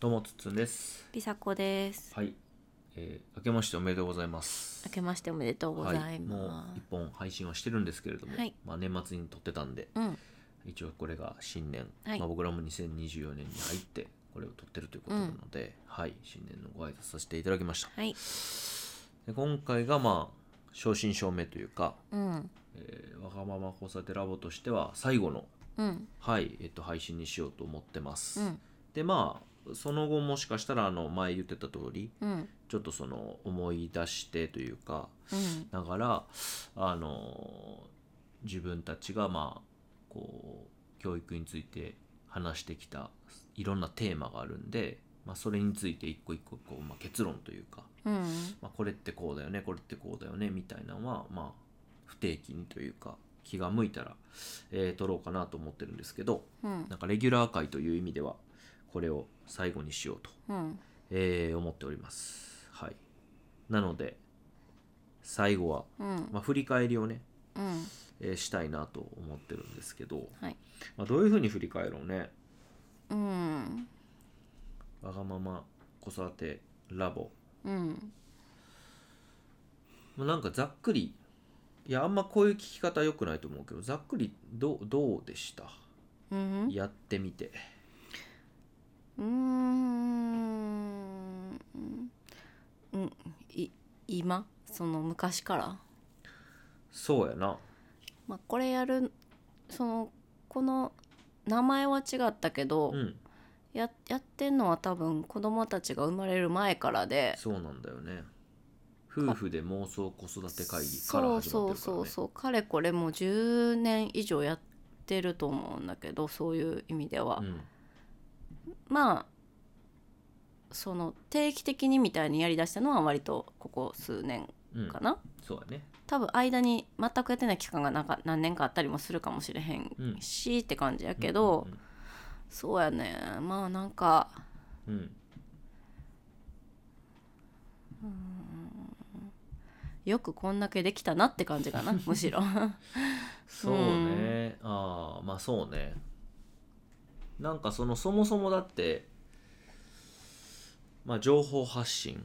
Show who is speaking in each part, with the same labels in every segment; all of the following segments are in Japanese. Speaker 1: どうもつっつんです。
Speaker 2: りさこです。
Speaker 1: はい、えー、明けましておめでとうございます。
Speaker 2: 明けましておめでとうござい
Speaker 1: はい、も
Speaker 2: ま
Speaker 1: う一本配信はしてるんですけれども、
Speaker 2: はい
Speaker 1: まあ年末に撮ってたんで、
Speaker 2: す。うん、
Speaker 1: 一応これが新年、
Speaker 2: はい
Speaker 1: まあ僕らも2024年に入ってこれを撮ってるということなので、はい、新年のご挨拶させていただきました。
Speaker 2: はい、
Speaker 1: で今回がまあ正真正銘というか、
Speaker 2: うん、
Speaker 1: えー、わがまま交差点ラボとしては最後の
Speaker 2: うん、
Speaker 1: はい、えっと配信にしようと思ってます。
Speaker 2: うん、
Speaker 1: でまあその後もしかしたらあの前言ってた通り
Speaker 2: うん、
Speaker 1: ちょっとその思い出してというか
Speaker 2: うん、
Speaker 1: だからあの自分たちがまあこう教育について話してきたいろんなテーマがあるんで、まあ、それについて一個一個こう、まあ、結論というか、
Speaker 2: うん、
Speaker 1: まあ、これってこうだよねこれってこうだよねみたいなのはまあ不定期にというか気が向いたら、えー撮ろうかなと思ってるんですけど
Speaker 2: うん、
Speaker 1: なんかレギュラー会という意味ではこれを最後にしようと
Speaker 2: うん、
Speaker 1: えー思っております。はい。なので、最後は、
Speaker 2: うん、
Speaker 1: まあ、振り返りをね、
Speaker 2: うん、
Speaker 1: えーしたいなと思ってるんですけど、
Speaker 2: はい、
Speaker 1: まあ、どういうふうに振り返ろうね。
Speaker 2: うん、
Speaker 1: わがまま子育てラボ。
Speaker 2: うん、
Speaker 1: まあ、なんかざっくり、いや、あんまこういう聞き方良くないと思うけど、ざっくりどうどうでした
Speaker 2: うん、
Speaker 1: やってみて。
Speaker 2: うーん、うん、い、今、その昔から、
Speaker 1: そうやな。
Speaker 2: まあ、これやる、その、この。名前は違ったけど、
Speaker 1: うん。
Speaker 2: ややってんのは多分子供たちが生まれる前からで
Speaker 1: そうなんだよね。夫婦で妄想子育て会議から始まってるから、ね。
Speaker 2: そうそうそうそうかれこれもう10年以上やってると思うんだけどそういう意味では、
Speaker 1: うん。
Speaker 2: まあその定期的にみたいにやりだしたのは割とここ数年
Speaker 1: うん
Speaker 2: か。な、
Speaker 1: そうやね。
Speaker 2: 多分間に全くやってない期間がなんか何年かあったりもするかもしれへ
Speaker 1: うん
Speaker 2: んし、って感じやけど、
Speaker 1: うんうんうん
Speaker 2: そうやねまあなんか
Speaker 1: うん、
Speaker 2: よくこんだけできたなって感じ かなむしろ
Speaker 1: そうね、ああまあそうねなんかそのそもそもだってまあ情報発信、
Speaker 2: うん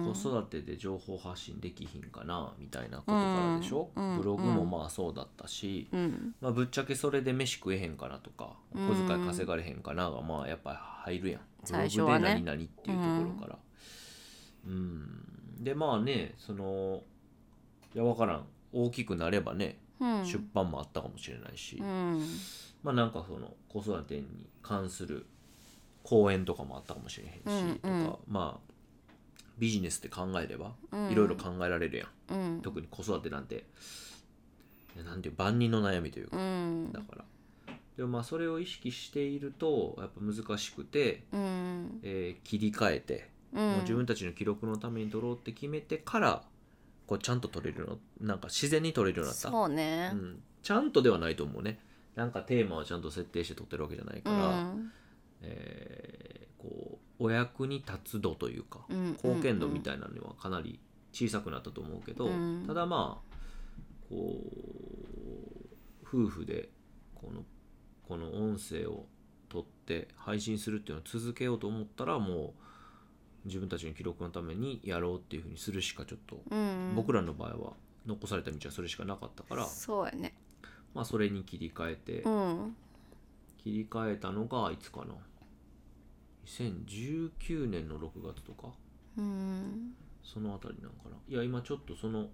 Speaker 1: 子育てで情報発信できひんかなみたいなことからでしょ、
Speaker 2: うんうん
Speaker 1: ブログもまあそうだったし、
Speaker 2: うん
Speaker 1: まあ、ぶっちゃけそれで飯食えへんかなとかお
Speaker 2: うん
Speaker 1: 小遣い稼がれへんかながまあやっぱ入るやんブロ
Speaker 2: 最初は
Speaker 1: グで
Speaker 2: ね
Speaker 1: 何々っていうところからうん、でまあねそのいやわからん大きくなればね
Speaker 2: うん
Speaker 1: 出版もあったかもしれないし、
Speaker 2: うん
Speaker 1: まあなんかその子育てに関する講演とかもあったかもしれへんし、
Speaker 2: うんうん
Speaker 1: とかまあビジネスって考えれば
Speaker 2: うん
Speaker 1: いろいろ考えられるやん、
Speaker 2: うん
Speaker 1: 特に子育てなんていやなんていう万人の悩みという
Speaker 2: う
Speaker 1: か、
Speaker 2: ん
Speaker 1: だからでもまあそれを意識しているとやっぱ難しくて、
Speaker 2: うん
Speaker 1: えー切り替えて、
Speaker 2: うん
Speaker 1: もう自分たちの記録のために取ろうって決めてからこうちゃんと取れるのなんか自然に取れるようになった
Speaker 2: そうね、
Speaker 1: うん、ちゃんとではないと思うねなんかテーマをちゃんと設定して撮ってるわけじゃないから、
Speaker 2: うん
Speaker 1: えーこうお役に立つ度というか
Speaker 2: うん
Speaker 1: 貢献度みたいなのはかなり小さくなったと思うけど、
Speaker 2: うん
Speaker 1: ただまあこう夫婦でこのこの音声を撮って配信するっていうのを続けようと思ったらもう自分たちの記録のためにやろうっていうふうにするしかちょっと、
Speaker 2: うん、
Speaker 1: 僕
Speaker 2: ら
Speaker 1: らの場合は残された道はそれしかなかったから、
Speaker 2: そうやね
Speaker 1: まあ、それに切り替えて、
Speaker 2: うん
Speaker 1: 切り替えたのがいつかな2019年の6月とか
Speaker 2: うん
Speaker 1: そのあたりなんかないや今ちょっとその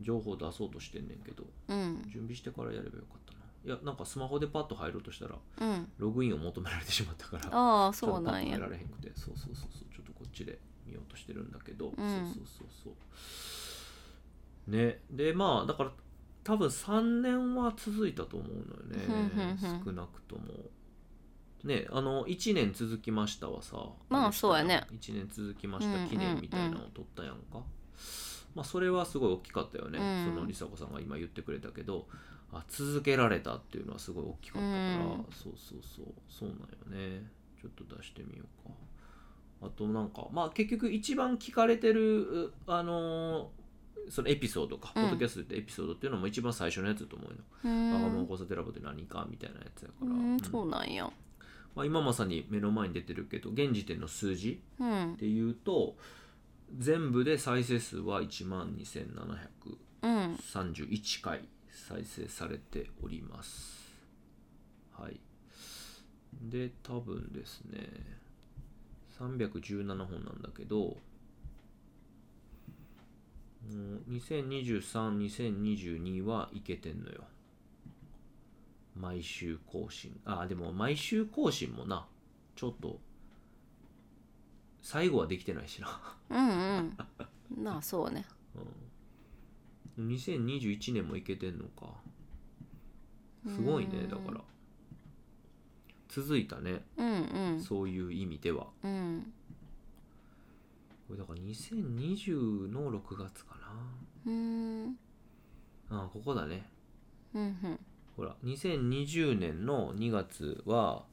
Speaker 1: 情報出そうとしてんねんけど
Speaker 2: うん
Speaker 1: 準備してからやればよかったないやなんかスマホでパッと入ろうとしたら
Speaker 2: うん
Speaker 1: ログインを求められてしまったから
Speaker 2: ああそう
Speaker 1: ちょっとパ
Speaker 2: な
Speaker 1: ッ
Speaker 2: ん
Speaker 1: と
Speaker 2: や
Speaker 1: 入られへんくてそうそうそうそうちょっとこっちで見ようとしてるんだけど、
Speaker 2: ん
Speaker 1: そうそうそうそうねでまあだから多分3年は続いたと思うの
Speaker 2: ふんふ
Speaker 1: よ
Speaker 2: んふ
Speaker 1: ね
Speaker 2: ん
Speaker 1: 少なくともねあの1年続きましたはさ
Speaker 2: まあ
Speaker 1: の人
Speaker 2: そうやね
Speaker 1: 1年続きまし
Speaker 2: うんう
Speaker 1: た
Speaker 2: んうん
Speaker 1: 記念みたいなのを取ったやんか、まあそれはすごい大きかったよね、
Speaker 2: うん
Speaker 1: そのりさこさんが今言ってくれたけどあ続けられたっていうのはすごい大きかったから、
Speaker 2: うん
Speaker 1: そうそうそうそうなんよねちょっと出してみようかあとなんかまあ結局一番聞かれてるうあのーそのエピソードか、
Speaker 2: うん
Speaker 1: ポッドキャストってエピソードっていうのも一番最初のやつだと思うの「
Speaker 2: う
Speaker 1: わがまま
Speaker 2: ん
Speaker 1: 交差テラボって何か?」みたいなやつやから、
Speaker 2: う
Speaker 1: うんん
Speaker 2: そうなんや
Speaker 1: まあ、今まさに目の前に出てるけど現時点の数字
Speaker 2: うん
Speaker 1: でいうと全部で再生数は1万
Speaker 2: うん
Speaker 1: 2731回再生されておりますはいで多分ですね317本なんだけど20232022はいけてんのよ毎週更新あでも毎週更新もなちょっと最後はできてないしな
Speaker 2: うんうんまあそうね
Speaker 1: うん、2021年もいけてんのかすごいね
Speaker 2: うん
Speaker 1: だから続いたね
Speaker 2: うんうん
Speaker 1: そういう意味では
Speaker 2: うん
Speaker 1: これだから2020の6月か
Speaker 2: うんうん
Speaker 1: なあここだね
Speaker 2: うん
Speaker 1: ほら2020年の2月は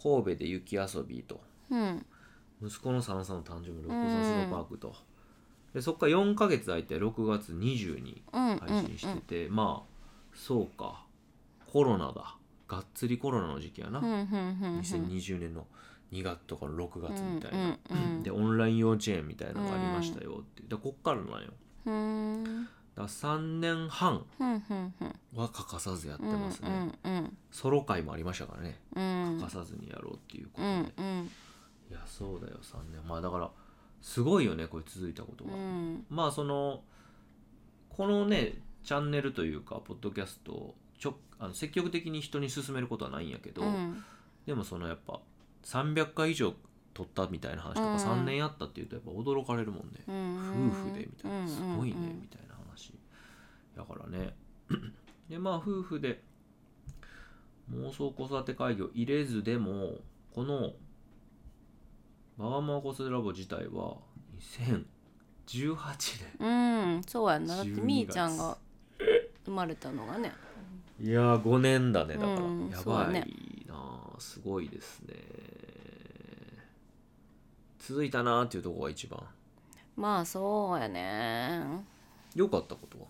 Speaker 1: 神戸で雪遊びと
Speaker 2: うん
Speaker 1: 息子のサンサンの誕生日の六甲山スノーパークとでそっから4ヶ月空いて6月20に
Speaker 2: うん
Speaker 1: 配信してて、まあそうかコロナだがっつりコロナの時期やな、
Speaker 2: うんうんうん
Speaker 1: 2020年の2月とか6月みたいな、
Speaker 2: うんうんうん
Speaker 1: でオンライン幼稚園みたいなのがありましたよってでこっからなんよ
Speaker 2: うんうん
Speaker 1: だ3年半
Speaker 2: うんうんうん
Speaker 1: は欠かさずやってますね、
Speaker 2: うん
Speaker 1: ソロ会もありましたからね
Speaker 2: うん
Speaker 1: 欠かさずにやろうっていうこと
Speaker 2: う
Speaker 1: で、
Speaker 2: んうん
Speaker 1: いやそうだよ3年まあだからすごいよねこれ続いたことが、
Speaker 2: うん
Speaker 1: まあそのこのねチャンネルというかポッドキャストをちょあの積極的に人に勧めることはないんやけど、
Speaker 2: うん
Speaker 1: でもそのやっぱ300回以上撮ったみたいな話と
Speaker 2: う
Speaker 1: か
Speaker 2: ん
Speaker 1: 3年やったっていうとやっぱ驚かれるもんね、
Speaker 2: うん
Speaker 1: 夫婦でみたいなすごいねみたいな話だからね でまあ夫婦で妄想子育て会議を入れずでもこの「マママ子育てラボ」自体は2018年
Speaker 2: うんそうやんなだって
Speaker 1: 12
Speaker 2: みーちゃんが生まれたのがね
Speaker 1: いやー5年だねだから、
Speaker 2: うん
Speaker 1: や
Speaker 2: そうだ
Speaker 1: ばい
Speaker 2: ね
Speaker 1: なあすごいですね続いたなーっていうところが一番
Speaker 2: まあそうやね
Speaker 1: 良かったことは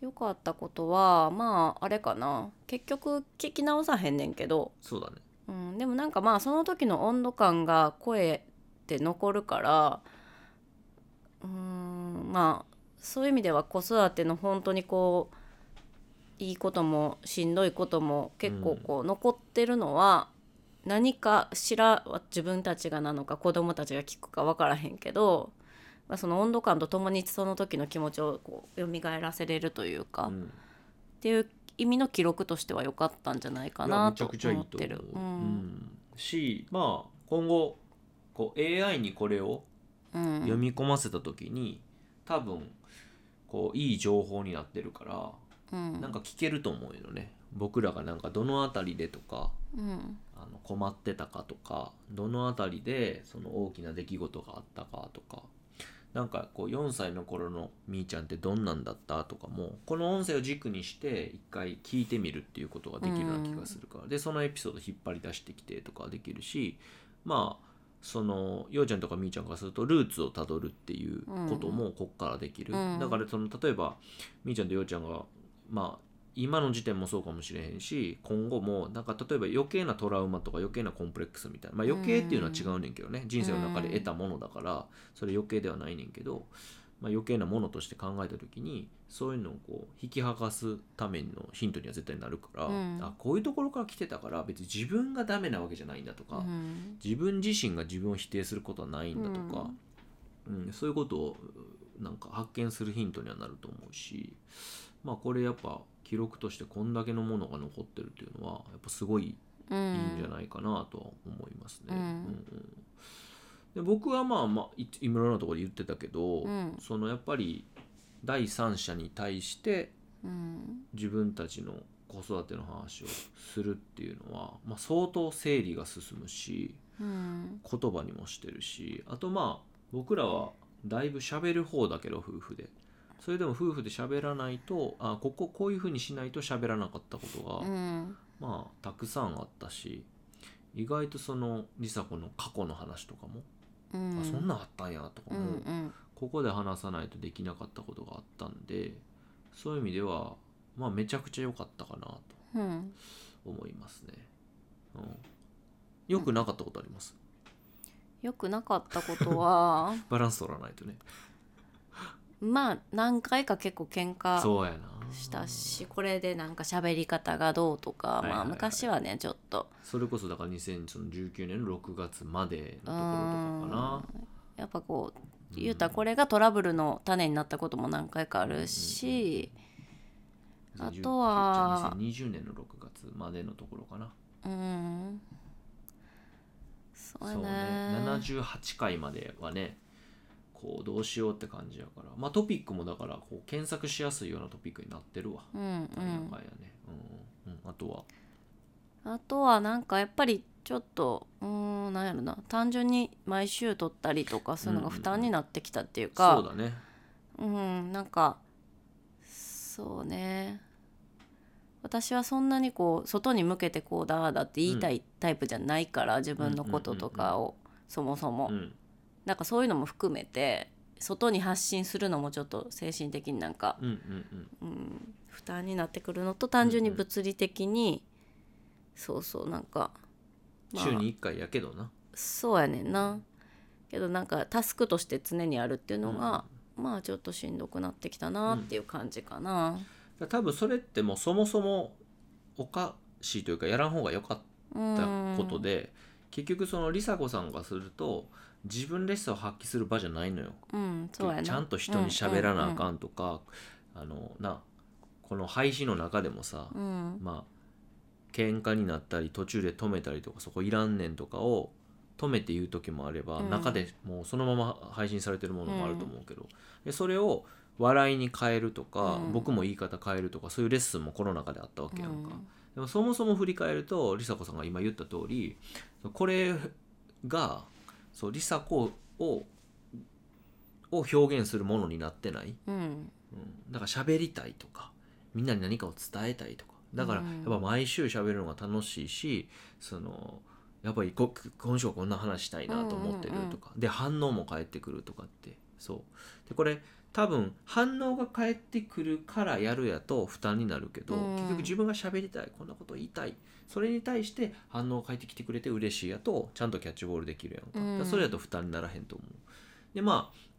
Speaker 2: よかったことはまああれかな結局聞き直さへんねんけど、
Speaker 1: そうだね
Speaker 2: うん、でもなんかまあその時の温度感が声って残るからうーんまあそういう意味では子育ての本当にこういいこともしんどいことも結構こう残ってるのは何かしらは自分たちがなのか子供たちが聞くか分からへんけど、まあ、その温度感とともにその時の気持ちをこう蘇らせれるというか、
Speaker 1: う
Speaker 2: っ
Speaker 1: ん
Speaker 2: ていう意味の記録としては良かったんじゃないか
Speaker 1: いや
Speaker 2: な
Speaker 1: めち
Speaker 2: と
Speaker 1: ゃくちゃい
Speaker 2: 思
Speaker 1: い
Speaker 2: っ
Speaker 1: と
Speaker 2: て
Speaker 1: 思う
Speaker 2: る。
Speaker 1: う
Speaker 2: うん
Speaker 1: んしまあ今後こう AI にこれを
Speaker 2: うん
Speaker 1: 読み込ませた時に、多分こういい情報になってるから、
Speaker 2: うん
Speaker 1: なんか聞けると思うよね僕らがなんかどの辺りでとか
Speaker 2: うん
Speaker 1: あの困ってたかとかどの辺りでその大きな出来事があったかとかなんかこう4歳の頃のみーちゃんってどんなんだったとかもこの音声を軸にして一回聞いてみるっていうことができるような気がするから、でそのエピソード引っ張り出してきてとかできるしまあそのようちゃんとかみーちゃんからするとルーツをたどるっていうこともこっからできる、
Speaker 2: うん
Speaker 1: だからその例えばみーちゃんとようちゃんがまあ今の時点もそうかもしれへんし今後もなんか例えば余計なトラウマとか余計なコンプレックスみたいな、まあ、余計っていうのは違うねんけどね、人生の中で得たものだからそれ余計ではないねんけど、まあ、余計なものとして考えた時にそういうのをこう引き剥がすためのヒントには絶対なるから、
Speaker 2: うん
Speaker 1: あこういうところから来てたから別に自分がダメなわけじゃないんだとか、
Speaker 2: うん
Speaker 1: 自分自身が自分を否定することはないんだとか、うんそういうことをうなんか発見するヒントにはなると思うしまあこれやっぱ記録としてこんだけのものが残ってるっていうのはやっぱすごい
Speaker 2: うん
Speaker 1: いいんじゃないかなとは思いますね。
Speaker 2: うん
Speaker 1: うんで僕はまあまあいいろんなところで言ってたけど、
Speaker 2: うん
Speaker 1: そのやっぱり第三者に対して
Speaker 2: うん
Speaker 1: 自分たちの子育ての話をするっていうのは、まあ、相当整理が進むし
Speaker 2: うん
Speaker 1: 言葉にもしてるしあとまあ僕らはだいぶ喋る方だけど夫婦でそれでも夫婦で喋らないとあこここういう風にしないと喋らなかったことが、
Speaker 2: うん
Speaker 1: まあたくさんあったし意外とその梨紗子の過去の話とかも、
Speaker 2: うん
Speaker 1: あそんなんあったんやとか
Speaker 2: う
Speaker 1: も、
Speaker 2: んうん
Speaker 1: ここで話さないとできなかったことがあったんでそういう意味ではまあめちゃくちゃ良かったかなと
Speaker 2: うん
Speaker 1: 思いますね。うん、よくなかったことあります
Speaker 2: よくなかったことは
Speaker 1: バランス取らないとね
Speaker 2: まあ何回か結構喧嘩
Speaker 1: そうやな
Speaker 2: したしこれでなんか喋り方がどうとか、
Speaker 1: いはいはい
Speaker 2: まあ昔はねちょっと
Speaker 1: それこそだから2019年の6月までのところとかかな
Speaker 2: うんやっぱこう言うたら
Speaker 1: れ
Speaker 2: これがトラブルの種になったことも何回かあるし、あとは
Speaker 1: 2020年の6月までのところかな
Speaker 2: うんそう
Speaker 1: そ
Speaker 2: や
Speaker 1: うね
Speaker 2: ね
Speaker 1: 78回まではねこうどうしようって感じやからまあトピックもだからこう検索しやすいようなトピックになってるわ、
Speaker 2: うんう
Speaker 1: なんや
Speaker 2: ん
Speaker 1: かんやねうんうんうんあとは
Speaker 2: あとはなんかやっぱりちょっとうーんなんやろな単純に毎週撮ったりとかそういうのが負担になってきたっていうか、
Speaker 1: そうだね
Speaker 2: うんなんかそうね私はそんなにこう外に向けてこうだーだって言いたいタイプじゃないから、自分のこととかをそもそも、
Speaker 1: うん
Speaker 2: なんかそういうのも含めて外に発信するのもちょっと精神的になんか、
Speaker 1: うんうん
Speaker 2: うん、負担になってくるのと単純に物理的に、そうそうなんか、
Speaker 1: うん
Speaker 2: まあ
Speaker 1: 週に1回やけどな
Speaker 2: そうやねんなけどなんかタスクとして常にあるっていうのが、まあちょっとしんどくなってきたなっていう感じかな。
Speaker 1: だから多分それってもうそもそもおかしいというかやらん方が良かったことで結局その梨紗子さんがすると自分らしさを発揮する場じゃないのよ
Speaker 2: うん、うん、そうやな
Speaker 1: ちゃんと人に喋らなあ
Speaker 2: ん、
Speaker 1: かんとか、あのなこの配信の中でもさ、
Speaker 2: うんうん
Speaker 1: まあ喧嘩になったり途中で止めたりとかそこいらんねんとかを止めて言う時もあれば、
Speaker 2: うん
Speaker 1: 中でもうそのまま配信されてるものもあると思うけど、でそれを笑いに変えるとか、
Speaker 2: うん
Speaker 1: 僕も言い方変えるとかそういうレッスンもコロナ禍であったわけやんか、
Speaker 2: うん
Speaker 1: でもそもそも振り返ると梨紗子さんが今言った通りこれがそう梨紗子をを表現するものになってない
Speaker 2: うん
Speaker 1: うん、だから喋りたいとかみんなに何かを伝えたいとかだから
Speaker 2: う
Speaker 1: や
Speaker 2: ん
Speaker 1: っぱ毎週喋るのが楽しいし、そのやっぱりこ今週はこんな話したいなと思ってるとか、で反応も返ってくるとかってそうでこれ多分反応が返ってくるからやるやと負担になるけど、
Speaker 2: うん
Speaker 1: 結局自分が喋りたいこんなこと言いたいそれに対して反応返ってきてくれて嬉しいやとちゃんとキャッチボールできるやんか,、
Speaker 2: うん
Speaker 1: それやと負担にならへんと思うでまあ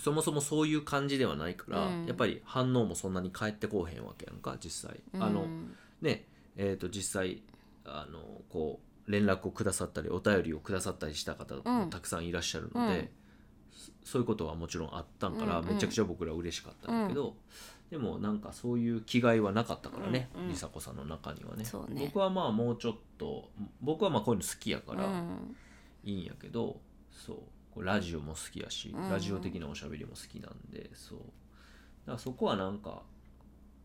Speaker 1: そもそもそういう感じではないから、
Speaker 2: うん
Speaker 1: やっぱり反応もそんなに返ってこうへんわけやんか実際、あ
Speaker 2: う
Speaker 1: の
Speaker 2: ん
Speaker 1: ねえー、と実際あのこう連絡をくださったりお便りをくださったりした方
Speaker 2: う
Speaker 1: も
Speaker 2: ん
Speaker 1: たくさんいらっしゃるので、
Speaker 2: うん
Speaker 1: そそういうことはもちろんあったんから、
Speaker 2: うんうん
Speaker 1: めちゃくちゃ僕ら嬉しかったんだけど、でもなんかそういう気概はなかったからね、
Speaker 2: うんうん
Speaker 1: 梨紗子さんの中にはね
Speaker 2: そうね
Speaker 1: 僕はまあもうちょっと僕はまあこういうの好きやから、
Speaker 2: うん
Speaker 1: いいんやけどそうこうラジオも好きやし、
Speaker 2: うん
Speaker 1: ラジオ的なおしゃべりも好きなんでそうだからそこはなんか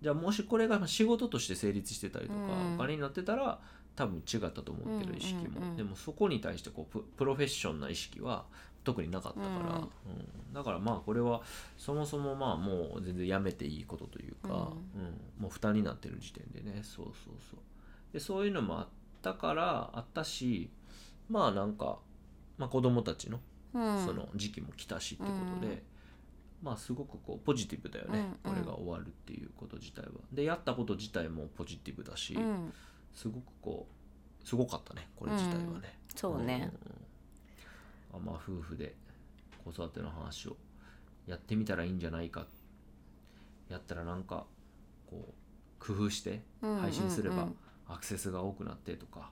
Speaker 1: じゃあもしこれが仕事として成立してたりとか、
Speaker 2: うん
Speaker 1: お金になってたら多分違ったと思うけど
Speaker 2: うん
Speaker 1: 意識も、
Speaker 2: うんうん
Speaker 1: でもそこに対してこうププロフェッションな意識は特になかったから、
Speaker 2: うん
Speaker 1: うんだからまあこれはそもそもまあもう全然やめていいことというか、うんもう負担になってる時点でねそうそうそうでそういうのもあったからあったしまあなんか、まあ、子供たちの
Speaker 2: うん
Speaker 1: その時期も来たしってことで、
Speaker 2: うん
Speaker 1: まあすごくこうポジティブだよね、
Speaker 2: うんうん
Speaker 1: これが終わるっていうこと自体はでやったこと自体もポジティブだし、
Speaker 2: うん
Speaker 1: すごくこうすごかったねこれ自体はね、
Speaker 2: そうね、
Speaker 1: うんうんうんあまあ夫婦で子育ての話をやってみたらいいんじゃないかやったらなんかこう工夫して
Speaker 2: うん
Speaker 1: 配信すれ
Speaker 2: うんう
Speaker 1: ば
Speaker 2: ん
Speaker 1: アクセスが多くなってとか、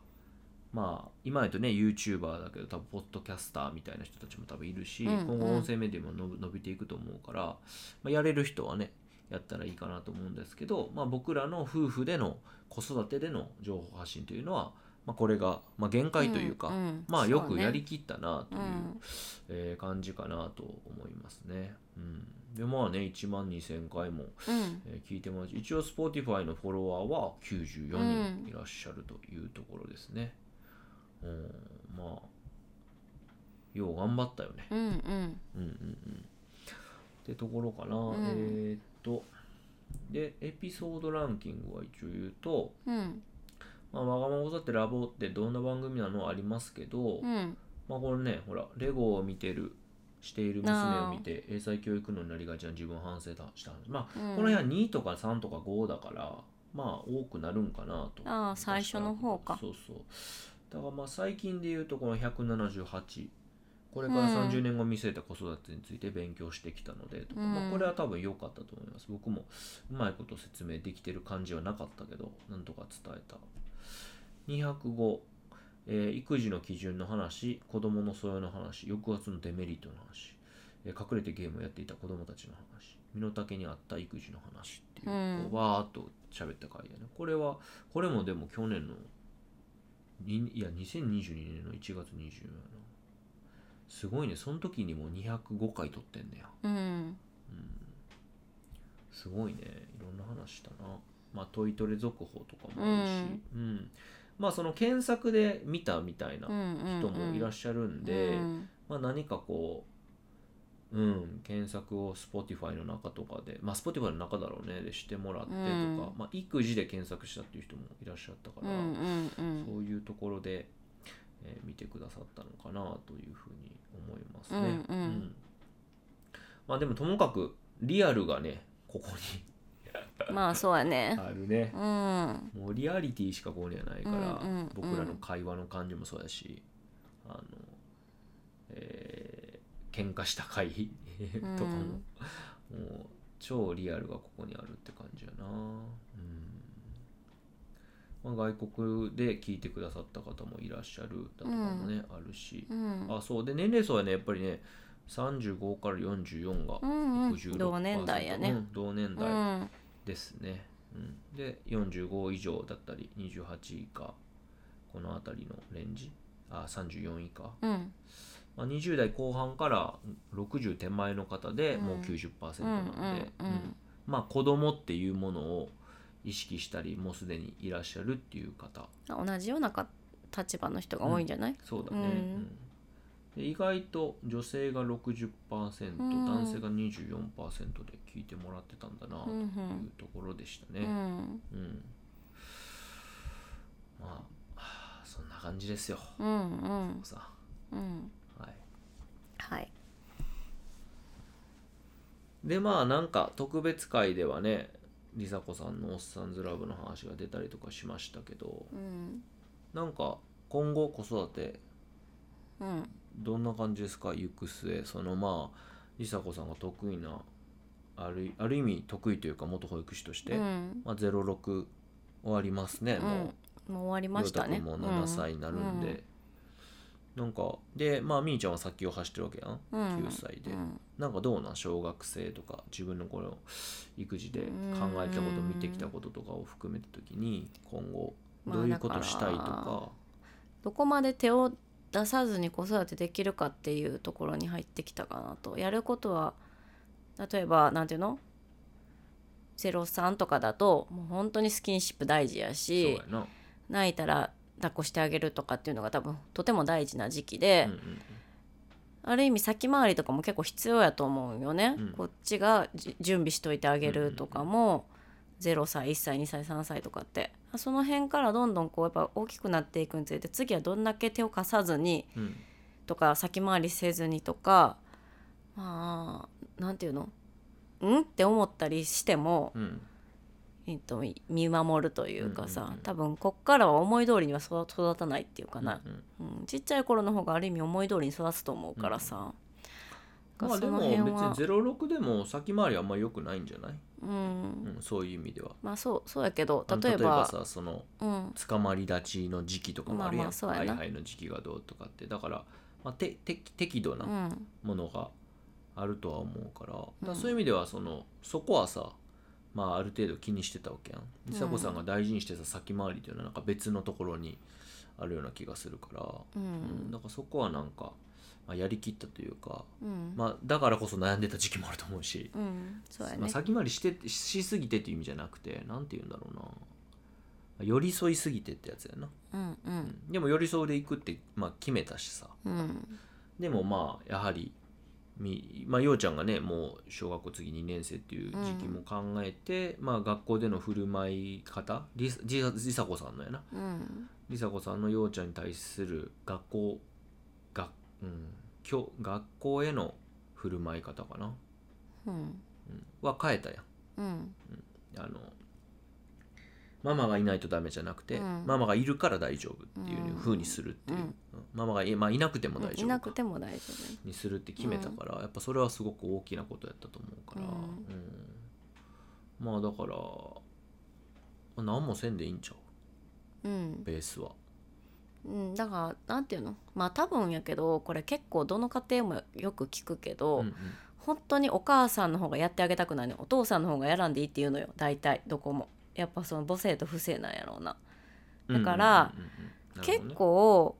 Speaker 1: まあ今やとね YouTuber だけど多分ポッドキャスターみたいな人たちも多分いるし、
Speaker 2: うんうん
Speaker 1: 今後音声メディアもの伸びていくと思うから、まあ、やれる人はねやったらいいかなと思うんですけど、まあ、僕らの夫婦での子育てでの情報発信というのは、まあ、これが、まあ、限界というか、
Speaker 2: んん
Speaker 1: まあよ
Speaker 2: そう
Speaker 1: く
Speaker 2: ね
Speaker 1: やりきったなという
Speaker 2: う、ん
Speaker 1: えー感じかなと思いますね。うん、でまあね1万2,000回も
Speaker 2: うん
Speaker 1: えー聞いてもらう一応 Spotify のフォロワーは94人いらっしゃるというところですね、うん、まあよう頑張ったよね
Speaker 2: うんうん
Speaker 1: うんうんうんってところかな、
Speaker 2: ん
Speaker 1: えーっとでエピソードランキングは一応言うと
Speaker 2: うん
Speaker 1: 「まあ、わがままだってラボ」ってどんな番組なのありますけど、
Speaker 2: うん
Speaker 1: まあこれねほらレゴを見てるしている娘を見て英才教育のになりがちな自分を反省した話まあこの辺は2とか3とか5だからまあ多くなるんかなと
Speaker 2: ああ最初の方か
Speaker 1: そうそうだからまあ最近で言うとこの178これから
Speaker 2: うん
Speaker 1: 30年後見据えた子育てについて勉強してきたのでとか、
Speaker 2: うん
Speaker 1: まあ、これは多分良かったと思います僕もうまいこと説明できてる感じはなかったけどなんとか伝えた205、えー育児の基準の話子供の素養の話抑圧のデメリットの話、えー隠れてゲームをやっていた子供たちの話身の丈に合った育児の話っていう、
Speaker 2: う
Speaker 1: こ
Speaker 2: ん
Speaker 1: うわーっと喋った回だねこれはこれもでも去年のにいや2022年の1月24日やなすごいねその時にもう205回撮ってんねや
Speaker 2: うん
Speaker 1: うんすごいねいろんな話したなまあトイトレ続報とかもあるし、うんまあその検索で見たみたいな
Speaker 2: うんうん
Speaker 1: 人もいらっ
Speaker 2: ゃ
Speaker 1: しゃるん
Speaker 2: る
Speaker 1: で、まあ、何かこう、うん、検索を Spotify の中とかで、まあ、Spotify の中だろうねでしてもらってとか、
Speaker 2: うん
Speaker 1: まあ、育児で検索したっていう人もいらっしゃったか
Speaker 2: う
Speaker 1: ら、
Speaker 2: んうんうん
Speaker 1: そういうところで、えー見てくださったのかなというふうに思います
Speaker 2: うん
Speaker 1: ね。
Speaker 2: うん
Speaker 1: まあ、でもともかくリアルがねここ
Speaker 2: まあそうやね
Speaker 1: にあるね
Speaker 2: う。ん
Speaker 1: もうリアリティしかここにはないから、
Speaker 2: うんうんうん
Speaker 1: 僕らの会話の感じもそうやしあの、えー喧嘩した回とかも、もう超リアルがここにあるって感じやな、うんまあ、外国で聞いてくださった方もいらっしゃるだとかもね、あるし
Speaker 2: う、ん
Speaker 1: あそうで年齢層はねやっぱりね35から44が
Speaker 2: うんう
Speaker 1: 66%、
Speaker 2: ん同年代や
Speaker 1: う
Speaker 2: ね
Speaker 1: ん同年
Speaker 2: う
Speaker 1: 代、
Speaker 2: ん
Speaker 1: ですね、うん、で45以上だったり28以下この辺りのレンジあ34以下、
Speaker 2: うん
Speaker 1: まあ、20代後半から60手前の方で
Speaker 2: うん
Speaker 1: もう90%なんで、
Speaker 2: うんうんうん
Speaker 1: まあ子供っていうものを意識したりもうすでにいらっしゃるっていう方
Speaker 2: 同じようなか立場の人が多いんじゃない
Speaker 1: そうだね、
Speaker 2: うん
Speaker 1: うんで意外と女性が60%、
Speaker 2: ん
Speaker 1: 男性が24%で聞いてもらってたんだな
Speaker 2: う
Speaker 1: と
Speaker 2: んう
Speaker 1: い
Speaker 2: ん
Speaker 1: うところでしたね。
Speaker 2: うん
Speaker 1: うん。まあ、はあそんな感じですよ。
Speaker 2: うんうん
Speaker 1: さ
Speaker 2: うん
Speaker 1: あはい。
Speaker 2: はい
Speaker 1: で、まあ、なんか特別会ではね、りさこさんのおっさんずラブの話が出たりとかしましたけど、
Speaker 2: うん
Speaker 1: なんか今後子育て、
Speaker 2: うん
Speaker 1: どんな感じですか、行く末。そのまあ、りさこさんが得意な、あるある意味得意というか、元保育士として、
Speaker 2: うん
Speaker 1: まあ、06終わりますね、もう。
Speaker 2: もう終わりましたね
Speaker 1: りょうたくんも7歳になるんで、なんかでまあみーちゃんは先を走ってるわけやん、
Speaker 2: うんうん
Speaker 1: 9歳で、
Speaker 2: うん
Speaker 1: なんかどうなん小学生とか自分のこの育児で考えたこと
Speaker 2: うん
Speaker 1: 見てきたこととかを含めた時に今後
Speaker 2: まあ
Speaker 1: どういうことしたいと
Speaker 2: だ
Speaker 1: か
Speaker 2: か,、どこまで手を出さずに子育てできるかっていうところに入ってきたかなとやることは例えばなんていうの03とかだともう本当にスキンシップ大事や
Speaker 1: そう
Speaker 2: し
Speaker 1: やな、
Speaker 2: 泣いたら抱っこしてあげるとかっていうのが多分とても大事な時期で
Speaker 1: うん、うん
Speaker 2: ある意味先回りとかも結構必要やと思うよね、
Speaker 1: うん
Speaker 2: こっちがじ準備しといてあげるとかも、0歳1歳2歳3歳とかってその辺からどんどんこうやっぱ大きくなっていくにつれて次はどんだけ手を貸さずに
Speaker 1: うんうん
Speaker 2: とか先回りせずにとかまあなんていうのんって思ったりしても、
Speaker 1: うん
Speaker 2: えっと、見守るというかさ、
Speaker 1: うんうんうん
Speaker 2: 多分こっからは思い通りには育育たないっていうかな、
Speaker 1: うんうん
Speaker 2: うん、ちっちゃい頃の方がある意味思い通りに育つと思うからさ、
Speaker 1: まあでも別に06でも先回りはあんま良くないんじゃない、
Speaker 2: うん、
Speaker 1: うん、そういう意味では
Speaker 2: まあそうそうやけど
Speaker 1: あの
Speaker 2: 例えば
Speaker 1: 例えばさその
Speaker 2: うん
Speaker 1: 捕まり立ちの時期とかもあるやん、
Speaker 2: まあまあそうやな
Speaker 1: ハイハイの時期がどうとかってだから、まあ、てて適度
Speaker 2: う
Speaker 1: なんものがあるとは思うから,、
Speaker 2: うん
Speaker 1: そういう意味ではそのそこはさ、まあ、ある程度気にしてたわけやん
Speaker 2: ん
Speaker 1: 梨紗子さんが大事にしてた先回りっていうのはなんか別のところにあるような気がするから、
Speaker 2: う
Speaker 1: うん、
Speaker 2: ん
Speaker 1: だからそこはなんか、まあ、やりきったというか、
Speaker 2: うん
Speaker 1: まあ、だからこそ悩んでた時期もあると思うし、
Speaker 2: うんそうや
Speaker 1: まあ、
Speaker 2: ね
Speaker 1: 先回りしてしすぎてっていう意味じゃなくてなんて言うんだろうな寄り添いすぎてってやつやな
Speaker 2: うんう
Speaker 1: うんんでも寄り添うでいくって、まあ、決めたしさ
Speaker 2: うん
Speaker 1: でもまあやはりみ、まあ、ようちゃんがねもう小学校次2年生っていう時期も考えて、まあ、学校での振る舞い方りりりさこさんのやな
Speaker 2: うん
Speaker 1: りさこさんのようちゃんに対する学校が、うん、教学校への振る舞い方かな、
Speaker 2: うん
Speaker 1: うん、は変えたやん
Speaker 2: うん
Speaker 1: あのママがいないとダメじゃなくて、
Speaker 2: うん
Speaker 1: ママがいるから大丈夫っていう
Speaker 2: うん
Speaker 1: 風にするっていう、
Speaker 2: うん
Speaker 1: ママがい,、まあ、いなくても
Speaker 2: うん
Speaker 1: 大
Speaker 2: い
Speaker 1: 丈
Speaker 2: な
Speaker 1: 夫
Speaker 2: く
Speaker 1: か
Speaker 2: ても大丈夫
Speaker 1: にするって決めたから、やっぱそれはすごく大きなことやったと思うから、
Speaker 2: うん
Speaker 1: うんまあだからまあ何もせんでいいんちゃ
Speaker 2: うん
Speaker 1: うベースは。
Speaker 2: うん、だからなんていうのまあ多分やけどこれ結構どの家庭もよく聞くけど、
Speaker 1: うんうん
Speaker 2: 本当にお母さんの方がやってあげたくないのお父さんの方がやらんでいいって言うのよ大体どこもやっぱその母性と不正なんやろうなだから
Speaker 1: うんうんうんうんなるほどね
Speaker 2: 結構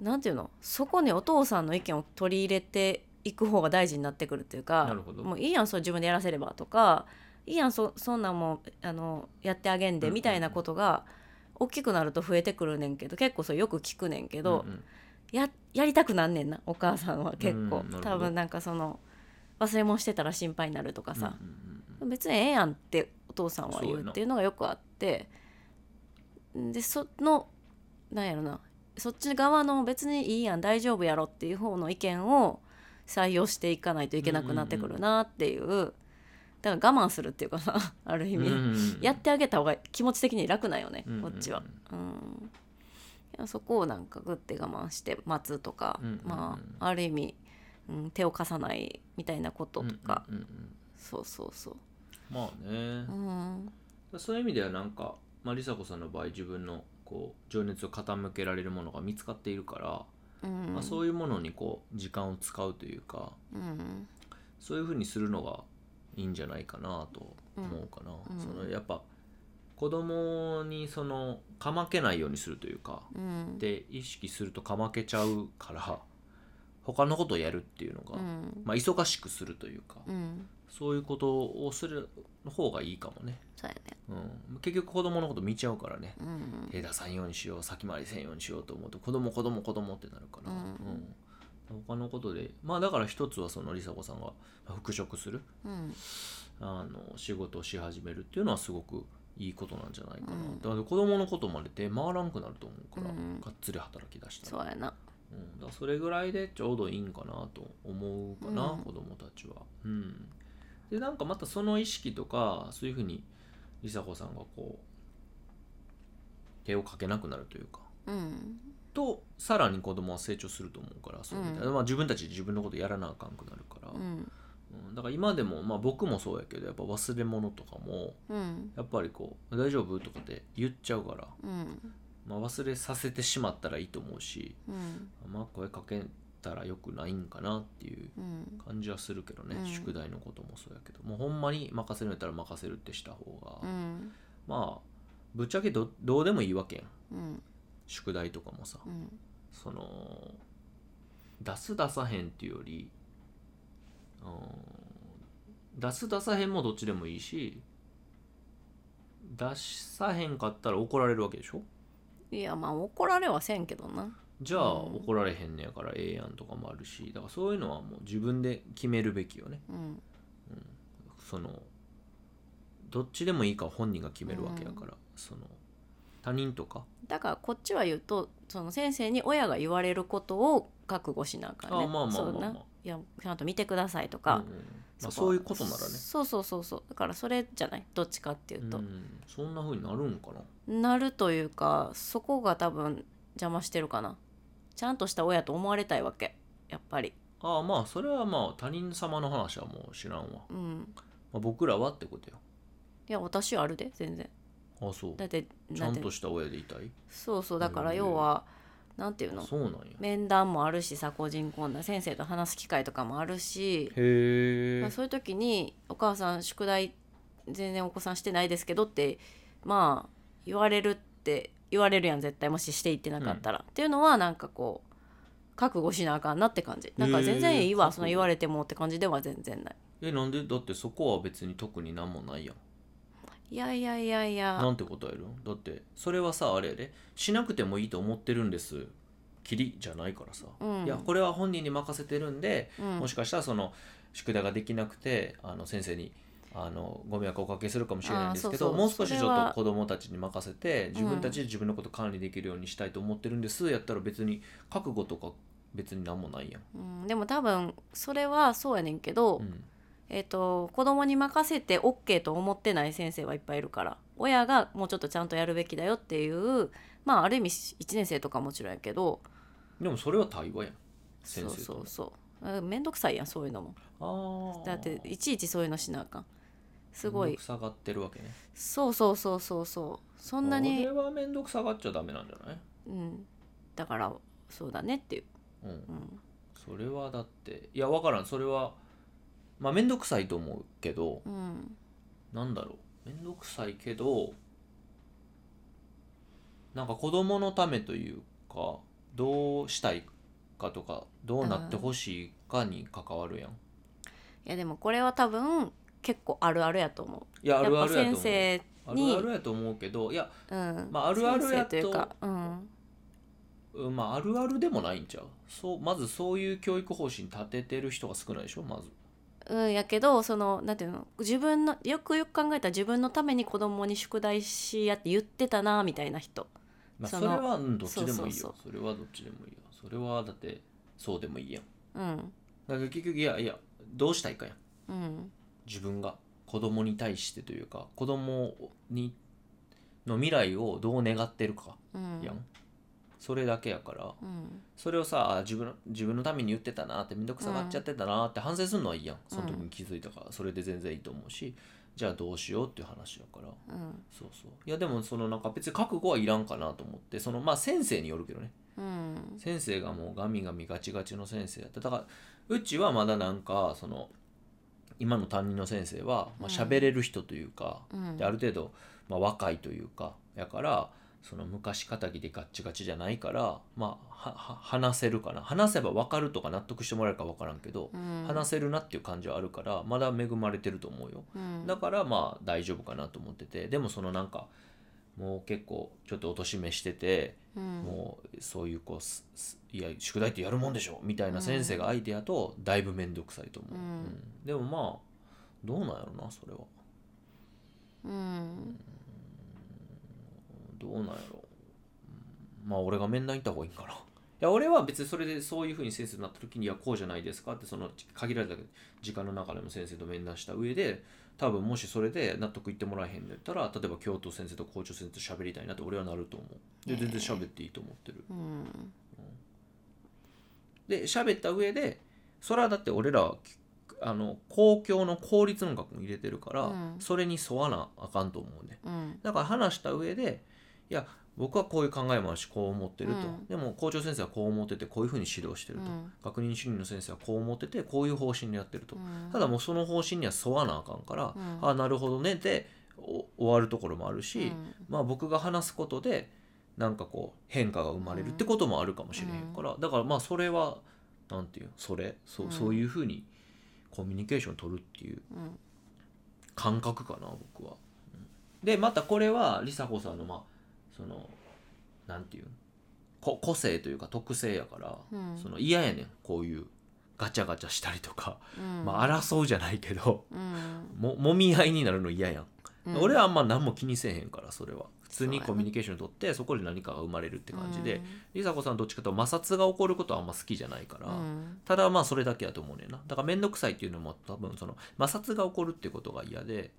Speaker 2: なんていうのそこにお父さんの意見を取り入れていく方が大事になってくるっていうか
Speaker 1: なるほど
Speaker 2: もういいやんそれ自分でやらせればとかいいやんそそんなんもうあのやってあげ
Speaker 1: うん
Speaker 2: ん
Speaker 1: うんう
Speaker 2: で
Speaker 1: ん
Speaker 2: みたいなことが大きくなると増えてくるねんけど結構それよく聞くねんけど、
Speaker 1: うんうん
Speaker 2: ややりたくなんねんなお母さんは結
Speaker 1: う
Speaker 2: 構、
Speaker 1: んなるほど
Speaker 2: 多分なんかその忘れ物してたら心配になるとかさ、
Speaker 1: うんうんうん
Speaker 2: 別にええやんってお父さんは
Speaker 1: そう
Speaker 2: 言
Speaker 1: や
Speaker 2: う
Speaker 1: な
Speaker 2: っていうのがよくあってでそのなんやろなそっち側の別にいいやん大丈夫やろっていう方の意見を採用していかないといけなくなってくるなっていう,、だから我慢するっていうかさ ある意味、
Speaker 1: うんうんうん
Speaker 2: やってあげた方が気持ち的に楽なんよね、
Speaker 1: うんうんうん
Speaker 2: こっちは。うんいやそこをなんかグッて我慢して待つとか、
Speaker 1: うんうんうん
Speaker 2: まあある意味、うん、手を貸さないみたいなこととか、
Speaker 1: うんうんうん
Speaker 2: そうそうそう。
Speaker 1: まあね
Speaker 2: う、ん
Speaker 1: そういう意味ではなんか、まあ、梨紗子さんの場合自分のこう情熱を傾けられるものが見つかっているから、
Speaker 2: うん
Speaker 1: まあ、そういうものにこう時間を使うというか
Speaker 2: うん
Speaker 1: そういうふうにするのがいいんじゃないかなと思うかな、
Speaker 2: うんうん
Speaker 1: そのやっぱ子供にそのかまけないようにするというか
Speaker 2: うん
Speaker 1: で意識するとかまけちゃうから他のことをやるっていうのが、
Speaker 2: うん
Speaker 1: まあ、忙しくするというか、
Speaker 2: うん
Speaker 1: そういうことをする方がいいかもね、
Speaker 2: そうやね
Speaker 1: うん、結局子供のこと見ちゃうからね
Speaker 2: うん
Speaker 1: 手出さんようにしよう先回りせんようにしようと思うと子供子供子供ってなるから、
Speaker 2: うん
Speaker 1: うん他のことでまあだから一つはその梨紗子さんがまあ復職する
Speaker 2: うん
Speaker 1: あの仕事をし始めるっていうのはすごくいいことなんじゃないかな、
Speaker 2: うん
Speaker 1: だから子供のことまで手回らんくなると思うから、
Speaker 2: うん
Speaker 1: がっつり働き出したら
Speaker 2: そうやな
Speaker 1: うん、だからそれぐらいでちょうどいいんかなと思うかな、
Speaker 2: うん
Speaker 1: 子供たちは。うん、でなんかまたその意識とかそういうふうに梨紗子さんがこう手をかけなくなるというか
Speaker 2: うん
Speaker 1: とさらに子供は成長すると思うからそういう意味では
Speaker 2: う
Speaker 1: まあ、自分たちで自分のことやらなあかんくなるから、
Speaker 2: うん
Speaker 1: うんだから今でも、まあ、僕もそうやけどやっぱ忘れ物とかも
Speaker 2: うん
Speaker 1: やっぱりこう「大丈夫?」とかって言っちゃうから、
Speaker 2: うん
Speaker 1: まあ、忘れさせてしまったらいいと思うし。
Speaker 2: うん
Speaker 1: まあ声かけたらよくないんかなっていう
Speaker 2: うん
Speaker 1: 感じはするけどね、
Speaker 2: うん
Speaker 1: 宿題のこともそうやけどもうほんまに任せるんやったら任せるってした方
Speaker 2: う
Speaker 1: が、
Speaker 2: ん
Speaker 1: まあぶっちゃけどどうでもいいわけやん
Speaker 2: うん
Speaker 1: 宿題とかもさ、
Speaker 2: うん
Speaker 1: その出す出さへんっていうより、うん、出す出さへんもどっちでもいいし出さへんかったら怒られるわけでしょ
Speaker 2: いやまあ怒られはせんけどな
Speaker 1: じゃあ
Speaker 2: うん
Speaker 1: 怒られへんねやからええやんとかもあるしだからそういうのはもう自分で決めるべきよね
Speaker 2: うん
Speaker 1: そのどっちでもいいか本人が決めるわけやから、その他人とか、
Speaker 2: だからこっちは言うとその先生に親が言われることを覚悟しなあかんね
Speaker 1: あまあまあまあまあ
Speaker 2: そうないやちゃんと見てくださいと
Speaker 1: う
Speaker 2: か
Speaker 1: んうんまあ、そういうことならね
Speaker 2: そうそうそうそうだからそれじゃないどっちかっていうと
Speaker 1: うんそんな風になるんかな
Speaker 2: なるというかそこが多分邪魔してるかなちゃんとした親と思われたいわけやっぱり
Speaker 1: ああまあそれはまあ他人様の話はもう知らんわ、ま
Speaker 2: うん
Speaker 1: あ、僕らはってことよ
Speaker 2: いや私はあるで全然
Speaker 1: ああそう
Speaker 2: だって
Speaker 1: ち
Speaker 2: な
Speaker 1: ゃ
Speaker 2: ん
Speaker 1: ん
Speaker 2: て
Speaker 1: とした親でいたい
Speaker 2: そうそうだから
Speaker 1: へえ
Speaker 2: 要はなんていうの
Speaker 1: そうなんやへ
Speaker 2: 面談もあるしさ個人懇談先生と話す機会とかもあるし、
Speaker 1: え
Speaker 2: まあ、そういう時に「お母さん宿題全然お子さんしてないですけど」ってまあ言われるって言われるやん絶対もししていってなかったら、っていうのはなんかこう覚悟しなあかんなって感じなんか全然いい
Speaker 1: へ
Speaker 2: わ、
Speaker 1: え
Speaker 2: その言われてもって感じでは全然ない
Speaker 1: えなんでだってそこは別に特になんもないやん
Speaker 2: いやいやいやい
Speaker 1: な
Speaker 2: や
Speaker 1: んて答えるだってそれはさあれやでしなくてもいいと思ってるんですきりじゃないからさ、
Speaker 2: うん
Speaker 1: いやこれは本人に任せてるんで、
Speaker 2: うん
Speaker 1: もしかしたらその宿題ができなくてあの先生にあのご迷惑をおかけするかもしれないんですけど
Speaker 2: あーそうそう
Speaker 1: もう少しち
Speaker 2: それ
Speaker 1: ょっ
Speaker 2: は
Speaker 1: と子供たちに任せて自分たちで自分のこと管理できるようにしたいと思ってるんです、やったら別に覚悟とか別になんもないやん、
Speaker 2: うん、でも多分それはそうやねんけど、
Speaker 1: うん、
Speaker 2: えっと子供に任せて OK と思ってない先生はいっぱいいるから親がもうちょっとちゃんとやるべきだよっていうまあある意味1年生とかもちろんやけど
Speaker 1: でもそれは対話やん
Speaker 2: そ
Speaker 1: 先
Speaker 2: う
Speaker 1: 生
Speaker 2: そ
Speaker 1: と
Speaker 2: うそうだから面倒くさいやんそういうのも
Speaker 1: ああ
Speaker 2: だっていちいちそういうのしなあかんすごい
Speaker 1: くさがってるわけね
Speaker 2: そうそうそうそうそうそんなに
Speaker 1: これは面倒くさがっちゃダメなんじゃない
Speaker 2: うんだからそうだねっていう、
Speaker 1: うん
Speaker 2: うん
Speaker 1: それはだっていやわからんそれはまあ面倒くさいと思うけど
Speaker 2: うん、
Speaker 1: なんだろう面倒くさいけどなんか子供のためというかどうしたいかとかどうなってほしいかに関わるやん
Speaker 2: いやでもこれは多分結構あるあるやと思う
Speaker 1: いやあるあるやと
Speaker 2: やっ
Speaker 1: 思
Speaker 2: ぱ先
Speaker 1: う
Speaker 2: 生
Speaker 1: あ
Speaker 2: に
Speaker 1: るあるやと思うけどいや
Speaker 2: うん
Speaker 1: まああるあるやと
Speaker 2: 先生というか、うん、
Speaker 1: うんまああるあるでもないんちゃうそうまずそういう教育方針立ててる人が少ないでしょまず
Speaker 2: うんやけどそのなんていうの自分のよくよく考えたら自分のために子供に宿題しやって言ってたなみたいな人
Speaker 1: まあ、
Speaker 2: そ
Speaker 1: そ
Speaker 2: の
Speaker 1: れはうんどっちでもいいよ
Speaker 2: そ
Speaker 1: そう
Speaker 2: そう
Speaker 1: れはどっちでもいいよそれはだってそうでもいいやん
Speaker 2: うん
Speaker 1: だから結局いやいやどうしたいかやん
Speaker 2: うん
Speaker 1: 自分が子供に対してというか子供にの未来をどう願ってるか
Speaker 2: うん
Speaker 1: やん、それだけやから
Speaker 2: うん
Speaker 1: それをさあ自分の自分のために言ってたなってめんどくさがっちゃってたなって反省するのはいいやんその時に気づいたから、それで全然いいと思うしじゃあどうしようっていう話やから
Speaker 2: うん
Speaker 1: そうそういやでもそのなんか別に覚悟はいらんかなと思ってそのまあ先生によるけどね
Speaker 2: うん
Speaker 1: 先生がもうガミガミガチガチの先生だっただからうちはまだなんかその今の担任の先生はまあ
Speaker 2: うん
Speaker 1: 喋れる人というか、
Speaker 2: うん
Speaker 1: である程度まあ若いというかやからその昔かたぎでガッチガチじゃないからまあはは話せるかな話せば分かるとか納得してもらえるか分からんけど、
Speaker 2: うん
Speaker 1: 話せるなっていう感じはあるからまだ恵まれてると思うよ
Speaker 2: うん
Speaker 1: だからまあ大丈夫かなと思っててでもそのなんかもう結構ちょっとおとしめしてて
Speaker 2: うん
Speaker 1: もうそういうこうすすいや宿題ってやるもんでしょみたいな先生がアイデアとだいぶ面倒くさいと思う、
Speaker 2: うん
Speaker 1: うんでもまあどうなんやろなそれは
Speaker 2: うん
Speaker 1: どうなんやろうんまあ俺が面談行った方がいいんかないや俺は別にそれでそういうふうに先生になった時にいやこうじゃないですかってその限られた時間の中でも先生と面談した上で多分もしそれで納得いってもらえへんのやったら例えば教頭先生と校長先生と喋りたいなって俺はなると思うで全然喋っていいと思ってる
Speaker 2: うん
Speaker 1: で喋った上でそれはだって俺らはきあの公共の公立の学も入れてるから、
Speaker 2: うん
Speaker 1: それに沿わなあかんと思うね
Speaker 2: うん
Speaker 1: だから話した上でいや僕はこういう考えもあるしこう思ってると、
Speaker 2: うん
Speaker 1: でも校長先生はこう思っててこういうふうに指導してると、
Speaker 2: うん
Speaker 1: 学年主任の先生はこう思っててこういう方針でやってると、
Speaker 2: うん
Speaker 1: ただもうその方針には沿わなあかんから、
Speaker 2: うん
Speaker 1: ああなるほどねでお終わるところもあるし、
Speaker 2: うん
Speaker 1: まあ、僕が話すことでなんかこう変化が生まれるってこともあるかもしれへんから、だからまあそれはなんていうそれそう,、
Speaker 2: うん
Speaker 1: そういうふうにコミュニケーション取るっていう
Speaker 2: うん
Speaker 1: 感覚かな僕は。うんでまたこれは梨紗子さんのまあそのなんていうこ個性というか特性やから、
Speaker 2: うん
Speaker 1: その嫌やねんこういうガチャガチャしたりとか、
Speaker 2: うん
Speaker 1: まあ争うじゃないけど
Speaker 2: うん
Speaker 1: も揉み合いになるの嫌やん。
Speaker 2: うん
Speaker 1: 俺はあんま何も気にせえへんからそれは普通にコミュニケーション取ってそこで何かが生まれるって感じで梨紗子さんどっちかというと摩擦が起こることはあんま好きじゃないから、
Speaker 2: うん
Speaker 1: ただまあそれだけやと思うねんなだから面倒くさいっていうのも多分その摩擦が起こるってことが嫌で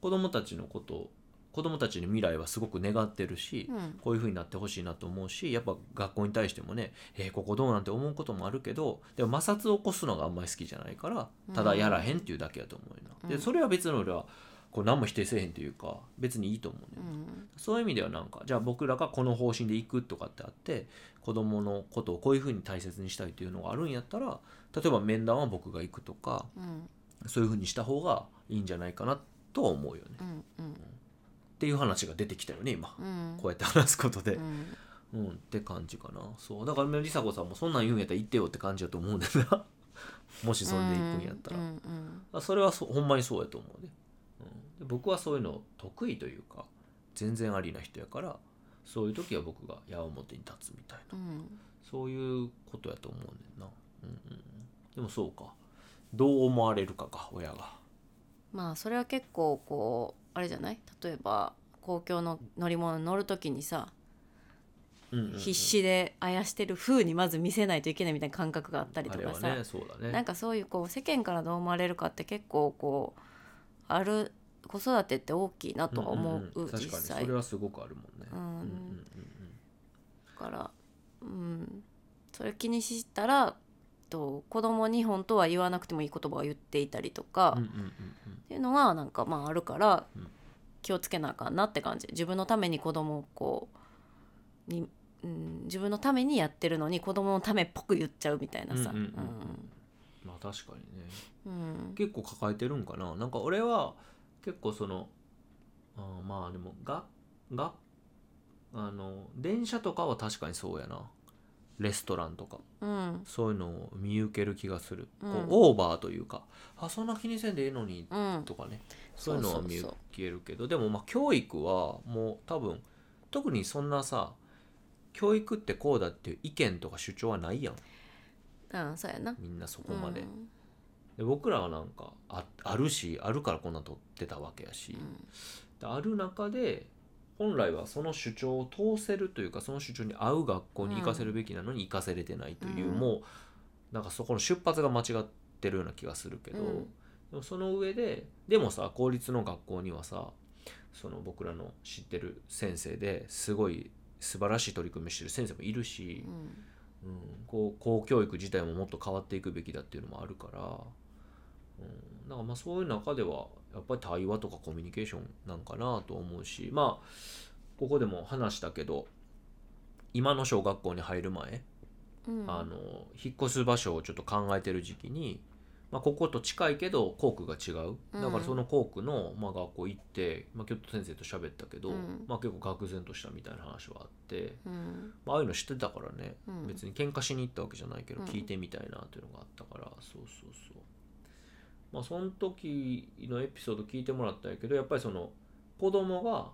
Speaker 1: 子供たちのことを子供たちの未来はすごく願ってるし、
Speaker 2: うん
Speaker 1: こういう風になってほしいなと思うしやっぱ学校に対してもね「えーここどう?」なんて思うこともあるけどでも摩擦を起こすのがあんまり好きじゃないからただやらへんっていうだけやと思うよな、
Speaker 2: うん
Speaker 1: でそれは別に俺はこう何も否定せえへんというか別にいいと思うね、
Speaker 2: うん
Speaker 1: そういう意味ではなんかじゃあ僕らがこの方針で行くとかってあって子供のことをこういう風に大切にしたいというのがあるんやったら例えば面談は僕が行くとか
Speaker 2: うん
Speaker 1: そういう風にした方がいいんじゃないかなとは思うよね
Speaker 2: うんうん
Speaker 1: っていう話が出てきたよね今
Speaker 2: うん
Speaker 1: こうやって話すことで
Speaker 2: うん
Speaker 1: うん、って感じかなそうだから梨紗子さんもそんなん言うんやったら行ってよって感じだと思うねんだな もしそんで行くんやったら、
Speaker 2: うんうん
Speaker 1: あそれはそほんまにそうやと思うね、うん、で僕はそういうの得意というか全然ありな人やからそういう時は僕が矢面に立つみたいな
Speaker 2: うん
Speaker 1: そういうことやと思うねんな、うんうんうん、でもそうかどう思われるかか親が
Speaker 2: まあそれは結構こうあれじゃない例えば公共の乗り物に乗る時にさ、
Speaker 1: うんうんうん
Speaker 2: 必死であやしてる風にまず見せないといけないみたいな感覚があったり
Speaker 1: あ
Speaker 2: と
Speaker 1: れ
Speaker 2: か
Speaker 1: は
Speaker 2: さ、
Speaker 1: ねそうだ
Speaker 2: な
Speaker 1: ね
Speaker 2: んかそういうこう世間からどう思われるかって結構こうある子育てって大きいなとは思う,、
Speaker 1: んんん確
Speaker 2: 実
Speaker 1: かに
Speaker 2: 際
Speaker 1: それはすごくあるもんね
Speaker 2: うん
Speaker 1: うん
Speaker 2: だから、うん、それ気にしたらと子供に本当は言わなくてもいい言葉を言っていたりとか、
Speaker 1: うんうんうん
Speaker 2: っ
Speaker 1: うん
Speaker 2: ていうのはなんかまああるから
Speaker 1: うん
Speaker 2: 気をつけなあかんなって感じ自分のために子供をこうに、うん、自分のためにやってるのに子供のためっぽく言っちゃうみたいなさ。
Speaker 1: うんうんうんまあ確かにね
Speaker 2: うんうん
Speaker 1: 結構抱えてるんかななんか俺は結構そのあーまあでもががあの電車とかは確かにそうやなレストランとか
Speaker 2: うん
Speaker 1: そういうのを見受ける気がする、
Speaker 2: うん
Speaker 1: こうオーバーというかあそんな気にせんでいいのに
Speaker 2: うん
Speaker 1: とかねそういうのは見
Speaker 2: そうそう
Speaker 1: 受けるけどでもまあ教育はもう多分特にそんなさ教育ってこうだっていう意見とか主張はないやん
Speaker 2: うんそうやな
Speaker 1: みんなそこまで,、
Speaker 2: うん
Speaker 1: で僕らはなんかああるしあるからこんなん取ってたわけやし、である中で本来はその主張を通せるというかその主張に合う学校に行かせるべきなのに行かせれてないという、
Speaker 2: うん
Speaker 1: もうなんかそこの出発が間違ってるような気がするけど、
Speaker 2: うん
Speaker 1: でもその上ででもさ公立の学校にはさその僕らの知ってる先生ですごい素晴らしい取り組みしてる先生もいるし
Speaker 2: う、ん
Speaker 1: うん、こう公教育自体ももっと変わっていくべきだっていうのもあるから、うん、なんかまあそういう中ではやっぱり対話とかコミュニケーションなんかなと思うしまあここでも話したけど今の小学校に入る前、
Speaker 2: うん
Speaker 1: あの引っ越す場所をちょっと考えてる時期に、まあ、ここと近いけど校区が違う
Speaker 2: うん
Speaker 1: だからその校区の、まあ、学校行って、まあ、京都先生と喋ったけど、
Speaker 2: うん
Speaker 1: まあ、結構愕然としたみたいな話はあって、
Speaker 2: うん
Speaker 1: まあ、ああいうの知ってたからね
Speaker 2: うん
Speaker 1: 別に喧嘩しに行ったわけじゃないけど
Speaker 2: うん
Speaker 1: 聞いてみたいなというのがあったから、そうそうそうまあその時のエピソード聞いてもらったんやけどやっぱりその子供が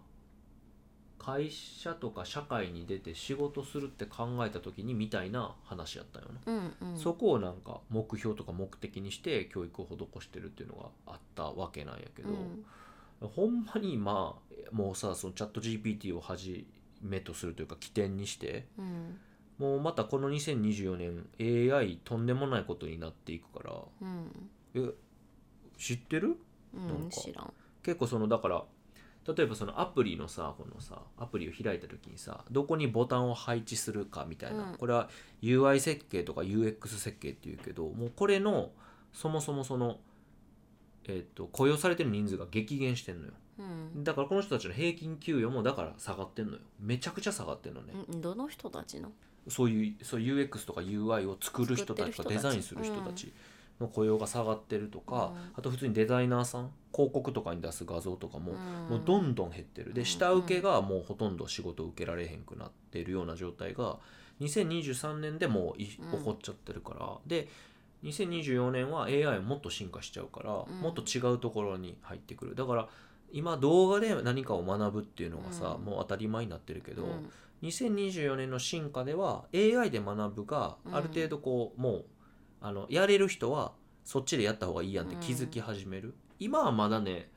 Speaker 1: 会社とか社会に出て仕事するって考えた時にみたいな話やったよな、
Speaker 2: うんうん
Speaker 1: そこをなんか目標とか目的にして教育を施してるっていうのがあったわけなんやけど、
Speaker 2: うん
Speaker 1: ほんまに今もうさそのチャット GPT をはじめとするというか起点にして、
Speaker 2: うん
Speaker 1: もうまたこの2024年 AI とんでもないことになっていくから
Speaker 2: うん
Speaker 1: え知ってる
Speaker 2: うん
Speaker 1: なんか
Speaker 2: 知らん
Speaker 1: 結構そのだから例えばそのアプリのさこのさアプリを開いた時にさどこにボタンを配置するかみたいな、
Speaker 2: うん
Speaker 1: これは UI 設計とか UX 設計っていうけどもうこれのそもそもその、えっと雇用されてる人数が激減してんのよ
Speaker 2: うん
Speaker 1: だからこの人たちの平均給与もだから下がってんのよめちゃくちゃ下がってんのね、
Speaker 2: うんどの人たちの
Speaker 1: そういうそう UX とか UI を作る人たちと
Speaker 2: 作っ
Speaker 1: かデ
Speaker 2: てる人たち
Speaker 1: ザインする人たちの雇用が下がってるとか、
Speaker 2: うん
Speaker 1: あと普通にデザイナーさん広告とかに出す画像とかも、もうどんどん減ってる
Speaker 2: う
Speaker 1: で
Speaker 2: ん
Speaker 1: 下請けがもうほとんど仕事を受けられへんくなってるような状態が2023年でもうい起
Speaker 2: うん
Speaker 1: こっちゃってるから、で2024年は AI もっと進化しちゃうから、
Speaker 2: うん
Speaker 1: もっと違うところに入ってくるだから今動画で何かを学ぶっていうのがさ、
Speaker 2: うん
Speaker 1: もう当たり前になってるけど、
Speaker 2: うん
Speaker 1: 2024年の進化では AI で学ぶが
Speaker 2: うん
Speaker 1: ある程度こう、もうあのやれる人はそっちでやった方がいいやんって
Speaker 2: うん
Speaker 1: 気づき始める、今はまだね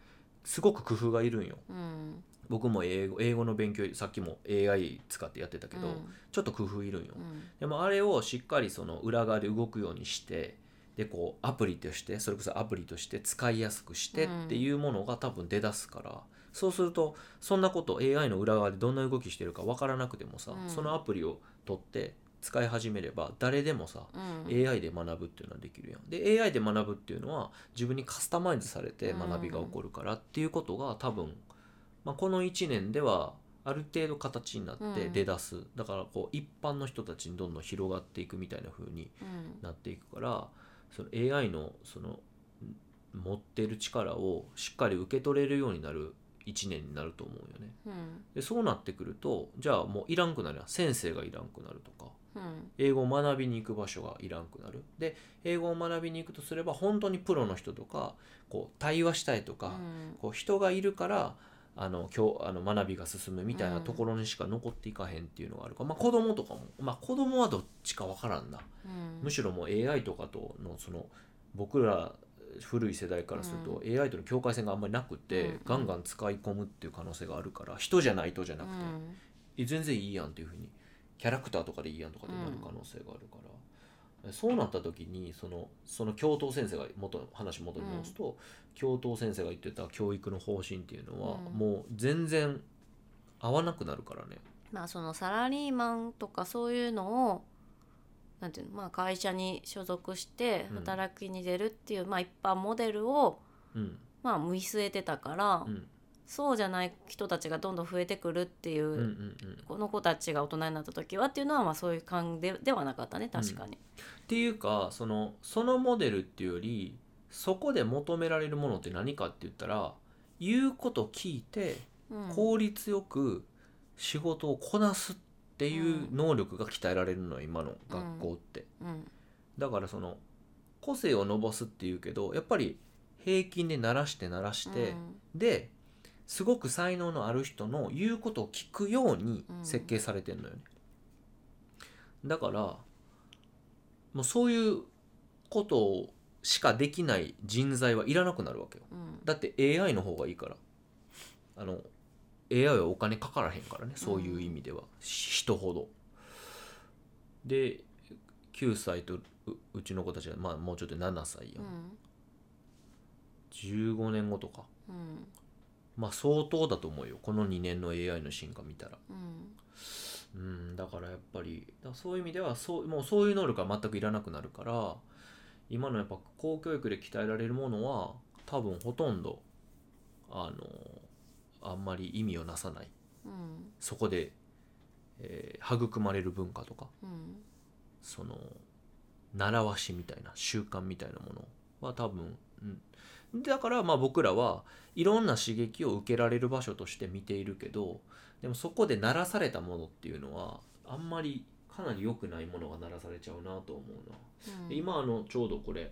Speaker 1: すごく工夫がいるんよ
Speaker 2: うん
Speaker 1: 僕も英語英語の勉強さっきも AI 使ってやってたけど、
Speaker 2: うん
Speaker 1: ちょっと工夫いるんよ、
Speaker 2: うん
Speaker 1: でもあれをしっかりその裏側で動くようにしてでこうアプリとしてそれこそアプリとして使いやすくして
Speaker 2: うん
Speaker 1: っていうものが多分出だすから、そうするとそんなこと AI の裏側でどんな動きしてるかわからなくてもさ、
Speaker 2: うん
Speaker 1: そのアプリを取って使い始めれば誰でもさ、
Speaker 2: うん
Speaker 1: AI で学ぶっていうのはできるやんで AI で学ぶっていうのは自分にカスタマイズされて学びが起こるからっていうことが多分、まあ、この1年ではある程度形になって
Speaker 2: うん
Speaker 1: 出だす、だからこう一般の人たちにどんどん広がっていくみたいな風に
Speaker 2: うん
Speaker 1: なっていくからその AI のそのん持ってる力をしっかり受け取れるようになる1年になると思うよね
Speaker 2: うん
Speaker 1: でそうなってくるとじゃあもういらんくなるやん先生がいらんくなるとか
Speaker 2: うん
Speaker 1: 英語を学びに行く場所がいらんくなるで英語を学びに行くとすれば本当にプロの人とかこう対話したいとか、
Speaker 2: うん
Speaker 1: こう人がいるからあの今日あの学びが進むみたいなところにしか残っていかへんっていうのがあるから、まあ子供とかもまあ子供はどっちかわからんな、
Speaker 2: うん
Speaker 1: むしろもう AI とかとのその僕ら古い世代からすると AI との境界線があんまりなくて、
Speaker 2: うん
Speaker 1: ガンガン使い込むっていう可能性があるから人じゃないとじゃなくて、え全然いいやんっていうふうにキャラクターとかでいいやんとかでなる可能性があるから、そうなった時にそのその教頭先生が元話元に戻すと、教頭先生が言ってた教育の方針っていうのは、
Speaker 2: うん
Speaker 1: もう全然合わなくなるからね
Speaker 2: まあそのサラリーマンとかそういうのをなんていうのまあ会社に所属して
Speaker 1: うん
Speaker 2: 働きに出るっていう、まあ一般モデルを
Speaker 1: うん
Speaker 2: まあ見据えてたから、
Speaker 1: うん
Speaker 2: そうじゃない人たちがどんどん増えてくるっていう、
Speaker 1: うんうんうん
Speaker 2: この子たちが大人になった時はっていうのはまあそういう感じでではなかったね確かに。
Speaker 1: っていうかそのそのモデルっていうよりそこで求められるものって何かって言ったら言うこと聞いて
Speaker 2: うん
Speaker 1: 効率よく仕事をこなすっていう能力が鍛えられるのよ今の学校って、
Speaker 2: うん
Speaker 1: だからその個性を伸ばすっていうけどやっぱり平均で鳴らして鳴らして、ですごく才能のある人の言うことを聞くように設計されてるのよね、だからもうそういうことをしかできない人材はいらなくなるわけよ
Speaker 2: うんうん
Speaker 1: だって AI の方がいいからあの AI はお金かからへんからねそういう意味では、し人ほどで9歳とううちの子たちが、まあ、もうちょっと7歳や、、
Speaker 2: うんん
Speaker 1: 15年後とか
Speaker 2: うん
Speaker 1: まあ相当だと思うよこの2年の AI の進化見たら
Speaker 2: うん
Speaker 1: うんだからやっぱりだからそういう意味ではそうもうそういう能力は全くいらなくなるから今のやっぱ公教育で鍛えられるものは多分ほとんどあのあんまり意味をなさない
Speaker 2: うん
Speaker 1: そこで、えー育まれる文化とか
Speaker 2: うん
Speaker 1: その習わしみたいな習慣みたいなものは多分、うん、だからまあ僕らはいろんな刺激を受けられる場所として見ているけどでもそこで鳴らされたものっていうのはあんまりかなり良くないものが鳴らされちゃうなと思うな。で今あのちょうどこれ、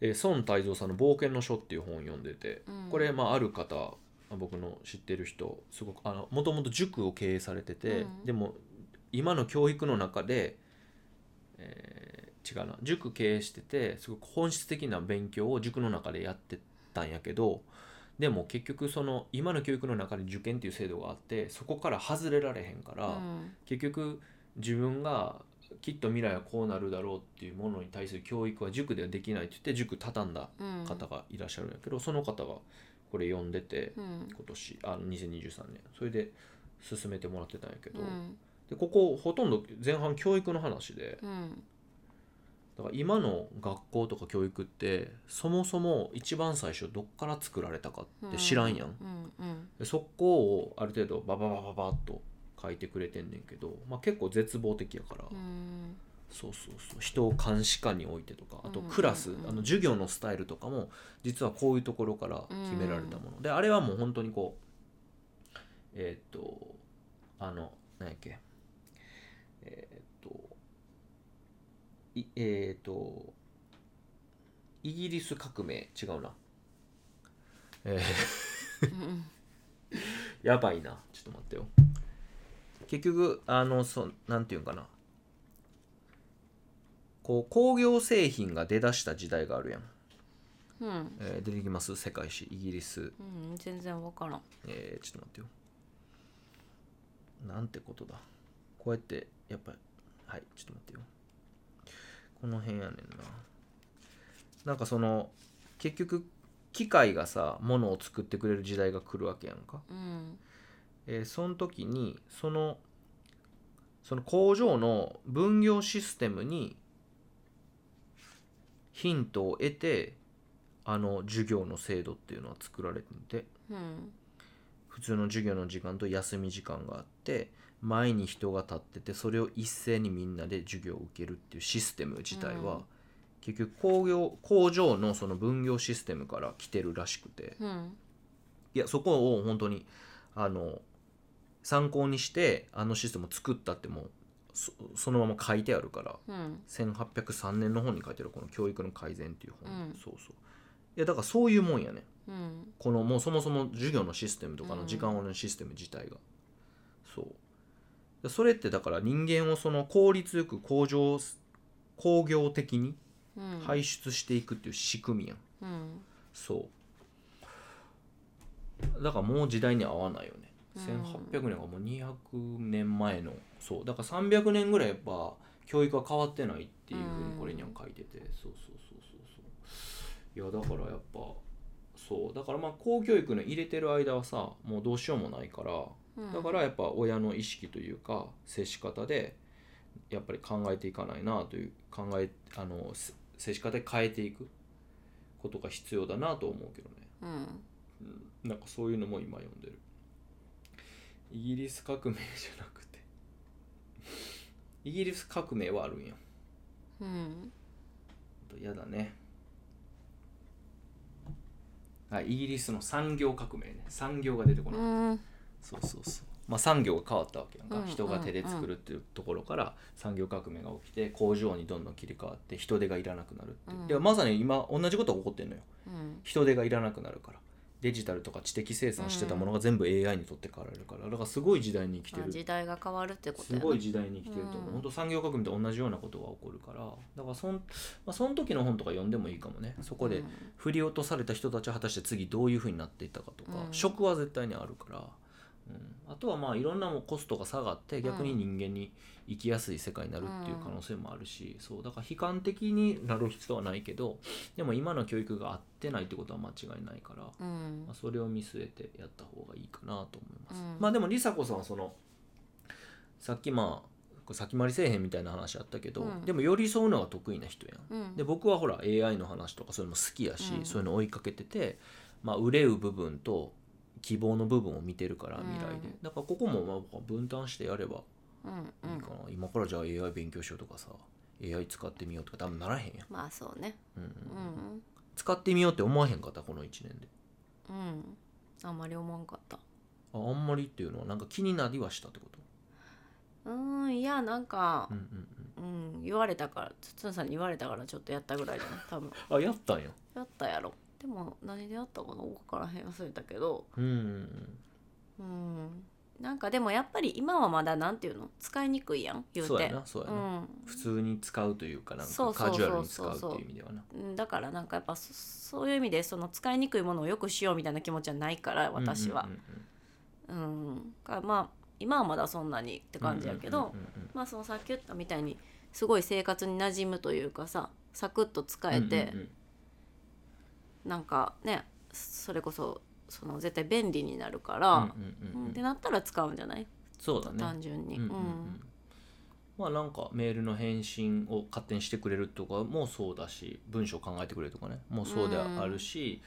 Speaker 1: えー孫泰造さんの「冒険の書」っていう本を読んでて
Speaker 2: うん
Speaker 1: これまあある方僕の知ってる人すごくあのもともと塾を経営されてて、
Speaker 2: うん
Speaker 1: でも今の教育の中で、えー違うな塾経営しててすごく本質的な勉強を塾の中でやってたんやけどでも結局その今の教育の中で受験っていう制度があってそこから外れられへんから、
Speaker 2: うん
Speaker 1: 結局自分がきっと未来はこうなるだろうっていうものに対する教育は塾ではできないって言って塾畳んだ
Speaker 2: うん
Speaker 1: 方がいらっしゃるんだけど、その方がこれ読んでて
Speaker 2: うん
Speaker 1: 今年あの2023年それで進めてもらってたんやけど、
Speaker 2: うん
Speaker 1: でここほとんど前半教育の話で
Speaker 2: うん
Speaker 1: だから今の学校とか教育ってそもそも一番最初どっから作られたかって知らんやん、
Speaker 2: うんうん
Speaker 1: でそこをある程度バババババッと書いてくれてんねんけど、まあ、結構絶望的やから。
Speaker 2: うん
Speaker 1: そうそうそう人を監視下に置いてとかあと
Speaker 2: うん
Speaker 1: クラス、
Speaker 2: うん
Speaker 1: あの授業のスタイルとかも実はこういうところから決められたもの、であれはもう本当にこうえーっとあの何やっけえーっといえーっとイギリス革命違うなえー
Speaker 2: うん
Speaker 1: やばいなちょっと待ってよ結局あのそうなんていうんかなこう工業製品が出だした時代があるやん、
Speaker 2: うん
Speaker 1: えー出てきます世界史イギリス、
Speaker 2: うん全然分からん
Speaker 1: えーちょっと待ってよなんてことだこうやってやっぱりはいちょっと待ってよこの辺やねんななんかその結局機械がさ物を作ってくれる時代が来るわけやんか
Speaker 2: うん
Speaker 1: えーその時にそのその工場の分業システムにヒントを得てあの授業の制度っていうのは作られてて
Speaker 2: うん
Speaker 1: 普通の授業の時間と休み時間があって前に人が立っててそれを一斉にみんなで授業を受けるっていうシステム自体は、
Speaker 2: うん
Speaker 1: 結局工業工場のその分業システムから来てるらしくて、
Speaker 2: うん
Speaker 1: いやそこを本当にあの参考にしてあのシステムを作ったってもうそそのまま書いてあるから
Speaker 2: うん
Speaker 1: 1803年の本に書いてあるこの「教育の改善」っていう本、
Speaker 2: うん
Speaker 1: そうそういやだからそういうもんやね
Speaker 2: うん
Speaker 1: このもうそもそも授業のシステムとか
Speaker 2: う
Speaker 1: の
Speaker 2: ん
Speaker 1: 時間のシステム自体が、そうそれってだから人間をその効率よく向上工業的に
Speaker 2: うん
Speaker 1: 排出していくっていう仕組みやん
Speaker 2: うん
Speaker 1: そうだからもう時代に合わないよね
Speaker 2: うん
Speaker 1: 1800年がもう200年前のそうだから300年ぐらいやっぱ教育は変わってないっていうふう
Speaker 2: う
Speaker 1: に
Speaker 2: ん
Speaker 1: これには書いてて、そうそうそうそうそういやだからやっぱそうだからまあ公教育の入れてる間はさもうどうしようもないから
Speaker 2: うん
Speaker 1: だからやっぱ親の意識というか接し方でやっぱり考えていかないなという考えあのせ接し方で変えていくことが必要だなと思うけどね、
Speaker 2: うん
Speaker 1: うん、なんかそういうのも今読んでるイギリス革命じゃなくて イギリス革命はあるんよ
Speaker 2: うん
Speaker 1: やだねあイギリスの産業革命ね産業が出てこない、
Speaker 2: うん
Speaker 1: そうそうそうまあ産業が変わったわけやんか、
Speaker 2: うん
Speaker 1: 人が手で作るっていうところから産業革命が起きて工場にどんどん切り替わって人手がいらなくなるっていう、
Speaker 2: うん
Speaker 1: でまさに今同じことが起こってんのよ
Speaker 2: うん
Speaker 1: 人手がいらなくなるからデジタルとか知的生産してたものが全部 AI に取って代わられるからだからすごい時代に生きて
Speaker 2: あ
Speaker 1: る
Speaker 2: 時代が変わるってこと
Speaker 1: す
Speaker 2: やな
Speaker 1: ごい時代に生きてると思う、
Speaker 2: うん
Speaker 1: 本当産業革命と同じようなことが起こるからだからそん、まあ、その時の本とか読んでもいいかもねそこで
Speaker 2: うん
Speaker 1: 振り落とされた人たちは果たして次どういうふうになっていったかとか、
Speaker 2: うん
Speaker 1: 職は絶対にあるから、うん、あとはまあいろんなもうコストが下がって逆に人間に生きやすい世界になるっていう可能性もあるし、そうだから悲観的になる必要はないけどでも今の教育が合ってないってことは間違いないから、
Speaker 2: うん
Speaker 1: まあ、それを見据えてやった方がいいかなと思います、
Speaker 2: うん
Speaker 1: まあでも梨紗子さんはそのさっきまあ先回りせえへんみたいな話あったけど、
Speaker 2: うん
Speaker 1: でも寄り添うのが得意な人やん
Speaker 2: うん
Speaker 1: で僕はほら AI の話とかそういうのも好きやし、
Speaker 2: うん
Speaker 1: そういうの追いかけてて、まあ、憂う部分と希望の部分を見てるから
Speaker 2: うん
Speaker 1: 未来で、だからここもまあ僕は分担してやれば
Speaker 2: うんう
Speaker 1: いい
Speaker 2: ん
Speaker 1: かな、今からじゃあ AI 勉強しようとかさ AI 使ってみようとか多分ならへんやん、
Speaker 2: まあそうね
Speaker 1: うんうん
Speaker 2: うん
Speaker 1: 使ってみようって思わへんかったこの1年で
Speaker 2: うんあんまり思わんかった
Speaker 1: ああんまりっていうのはなんか気になりはしたってこと
Speaker 2: うんいやなんか
Speaker 1: うんうん
Speaker 2: うん言われたからつつんさんに言われたからちょっとやったぐらいじゃない多分
Speaker 1: うんあやったんや
Speaker 2: やったやろでも何でやったかな分からへん忘れたけど
Speaker 1: うんうん
Speaker 2: うんなんかでもやっぱり今はまだなんていうの使いにくいやん
Speaker 1: う
Speaker 2: 言
Speaker 1: ん
Speaker 2: う
Speaker 1: そう
Speaker 2: て
Speaker 1: やなそうや
Speaker 2: う
Speaker 1: な、
Speaker 2: ん
Speaker 1: 普通に使うというかなん
Speaker 2: そ
Speaker 1: か
Speaker 2: うそう
Speaker 1: カ
Speaker 2: そう
Speaker 1: ジ
Speaker 2: そう
Speaker 1: ュアルに使うっていう意味ではな
Speaker 2: うんだからなんかやっぱそそういう意味でその使いにくいものをよくしようみたいな気持ちはないから私は
Speaker 1: うんうんうんうん
Speaker 2: うんかまあ今はまだそんなにって感じやけど、
Speaker 1: うんうんうんうん
Speaker 2: まあそのさっき言ったみたいにすごい生活に馴染むというかさサクッと使えて、
Speaker 1: うんうんうん
Speaker 2: なんかねそれこそその絶対便利になるから、
Speaker 1: うん
Speaker 2: う
Speaker 1: うんんうん
Speaker 2: ってなったら使うんじゃない、
Speaker 1: そうだね
Speaker 2: 単純に。
Speaker 1: うんうんうんまあなんかメールの返信を勝手にしてくれるとかもそうだし文章を考えてくれるとかねもうそうであるし、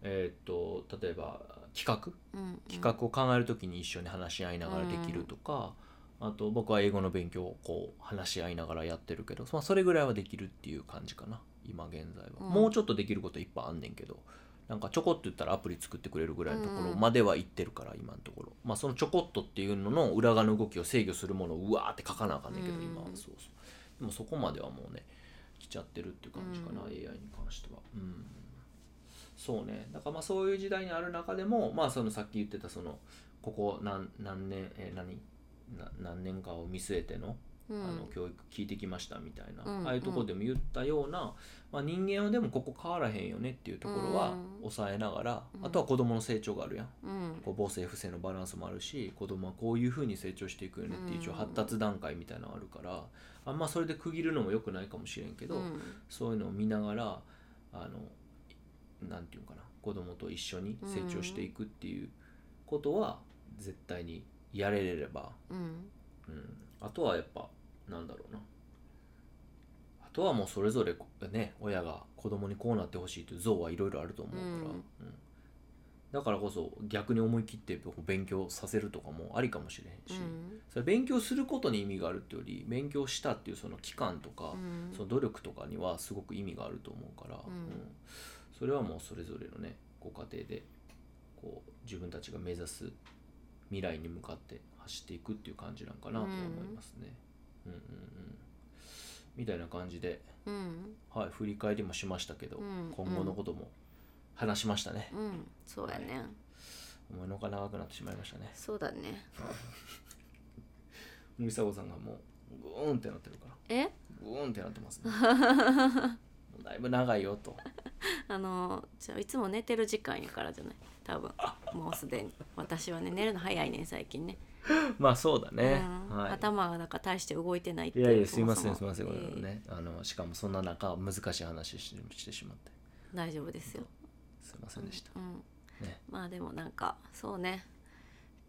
Speaker 1: えーっと例えば企画
Speaker 2: うん
Speaker 1: 企画を考えるときに一緒に話し合いながらできるとか、あと僕は英語の勉強をこう話し合いながらやってるけど、まあ、それぐらいはできるっていう感じかな今現在は、
Speaker 2: うん
Speaker 1: もうちょっとできることいっぱいあんねんけどなんかちょこっと言ったらアプリ作ってくれるぐらいのところまでは行ってるから、今のところまあそのちょこっとっていうのの裏側の動きを制御するものをうわーって書かなあかんねんけど、
Speaker 2: うん
Speaker 1: 今はそうそうでもそこまではもうね来ちゃってるっていう感じかな、
Speaker 2: うん
Speaker 1: AI に関してはうんそうねだからまあそういう時代にある中でもまあそのさっき言ってたそのここ何何年えー何な何年かを見据えての,、
Speaker 2: うん
Speaker 1: あの教育聞いてきましたみたいな、
Speaker 2: うん
Speaker 1: ああいうとこでも言ったような、まあ、人間はでもここ変わらへんよねっていうところは
Speaker 2: うん
Speaker 1: 抑えながら、
Speaker 2: うん
Speaker 1: あとは子どもの成長があるやん
Speaker 2: うん
Speaker 1: こう母性不正のバランスもあるし子供はこういうふうに成長していくよねっていう一応
Speaker 2: うん
Speaker 1: 発達段階みたいなのあるからあんまそれで区切るのも良くないかもしれんけど、
Speaker 2: うん
Speaker 1: そういうのを見ながらあのなんていうのかな子供と一緒に成長していくっていうことは絶対にやれれば、
Speaker 2: うん
Speaker 1: うん、あとはやっぱなんだろうなあとはもうそれぞれこね親が子供にこうなってほしいという像はいろいろあると思うから、うんだからこそ逆に思い切って勉強させるとかもありかもしれへん
Speaker 2: う
Speaker 1: し、
Speaker 2: ん
Speaker 1: それ勉強することに意味があるってより勉強したっていうその期間とか、
Speaker 2: うん
Speaker 1: その努力とかにはすごく意味があると思うから、
Speaker 2: うん
Speaker 1: それはもうそれぞれのねご家庭でこう自分たちが目指す未来に向かって走っていくっていう感じなんかなと思いますね。うん、うん、うんみたいな感じで、
Speaker 2: うん
Speaker 1: はい、振り返りもしましたけど、
Speaker 2: うん
Speaker 1: 今後のことも話しましたね。
Speaker 2: うんそうやね
Speaker 1: 思いのほか長くなってしまいましたね。
Speaker 2: そうだね
Speaker 1: 森迫さんがもうグーンってなってるから
Speaker 2: え
Speaker 1: グーンってなってます ね。もうだいぶ長いよと。
Speaker 2: あのじゃあいつも寝てる時間やからじゃない多分もうすでに私はね寝るの早いねん最近ね
Speaker 1: まあそうだね、
Speaker 2: うん
Speaker 1: はい
Speaker 2: 頭がなんか大して動いてないって
Speaker 1: い
Speaker 2: い
Speaker 1: やいやす
Speaker 2: そ
Speaker 1: い
Speaker 2: も
Speaker 1: ま
Speaker 2: そ
Speaker 1: せん
Speaker 2: も
Speaker 1: すいませんこれ
Speaker 2: ええ
Speaker 1: ね、あのしかもそんな中難しい話ししてしまって
Speaker 2: 大丈夫ですよ
Speaker 1: すいませんでした、
Speaker 2: うん
Speaker 1: ね
Speaker 2: まあでもなんかそうね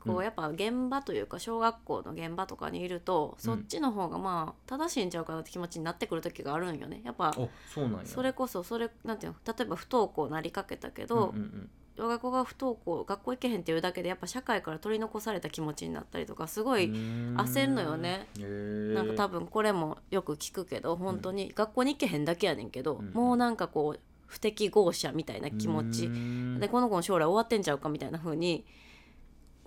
Speaker 1: う
Speaker 2: こ
Speaker 1: ん
Speaker 2: うやっぱ現場というか小学校の現場とかにいると、そっちの方がまあ正しいんちゃうかなって気持ちになってくる時があるんよねやっぱ
Speaker 1: あそうなんや
Speaker 2: それこそそれなんていうの例えば不登校なりかけたけど、
Speaker 1: うんうんうん
Speaker 2: 我が子が不登校学校行けへんっていうだけでやっぱ社会から取り残された気持ちになったりとかすごい、焦
Speaker 1: 焦
Speaker 2: んのよねなんか多分これもよく聞くけど本当に学校に行けへんだけやねんけど、
Speaker 1: うん
Speaker 2: もうなんかこう不適合者みたいな気持ち、でこの子の将来終わってんちゃうかみたいな風に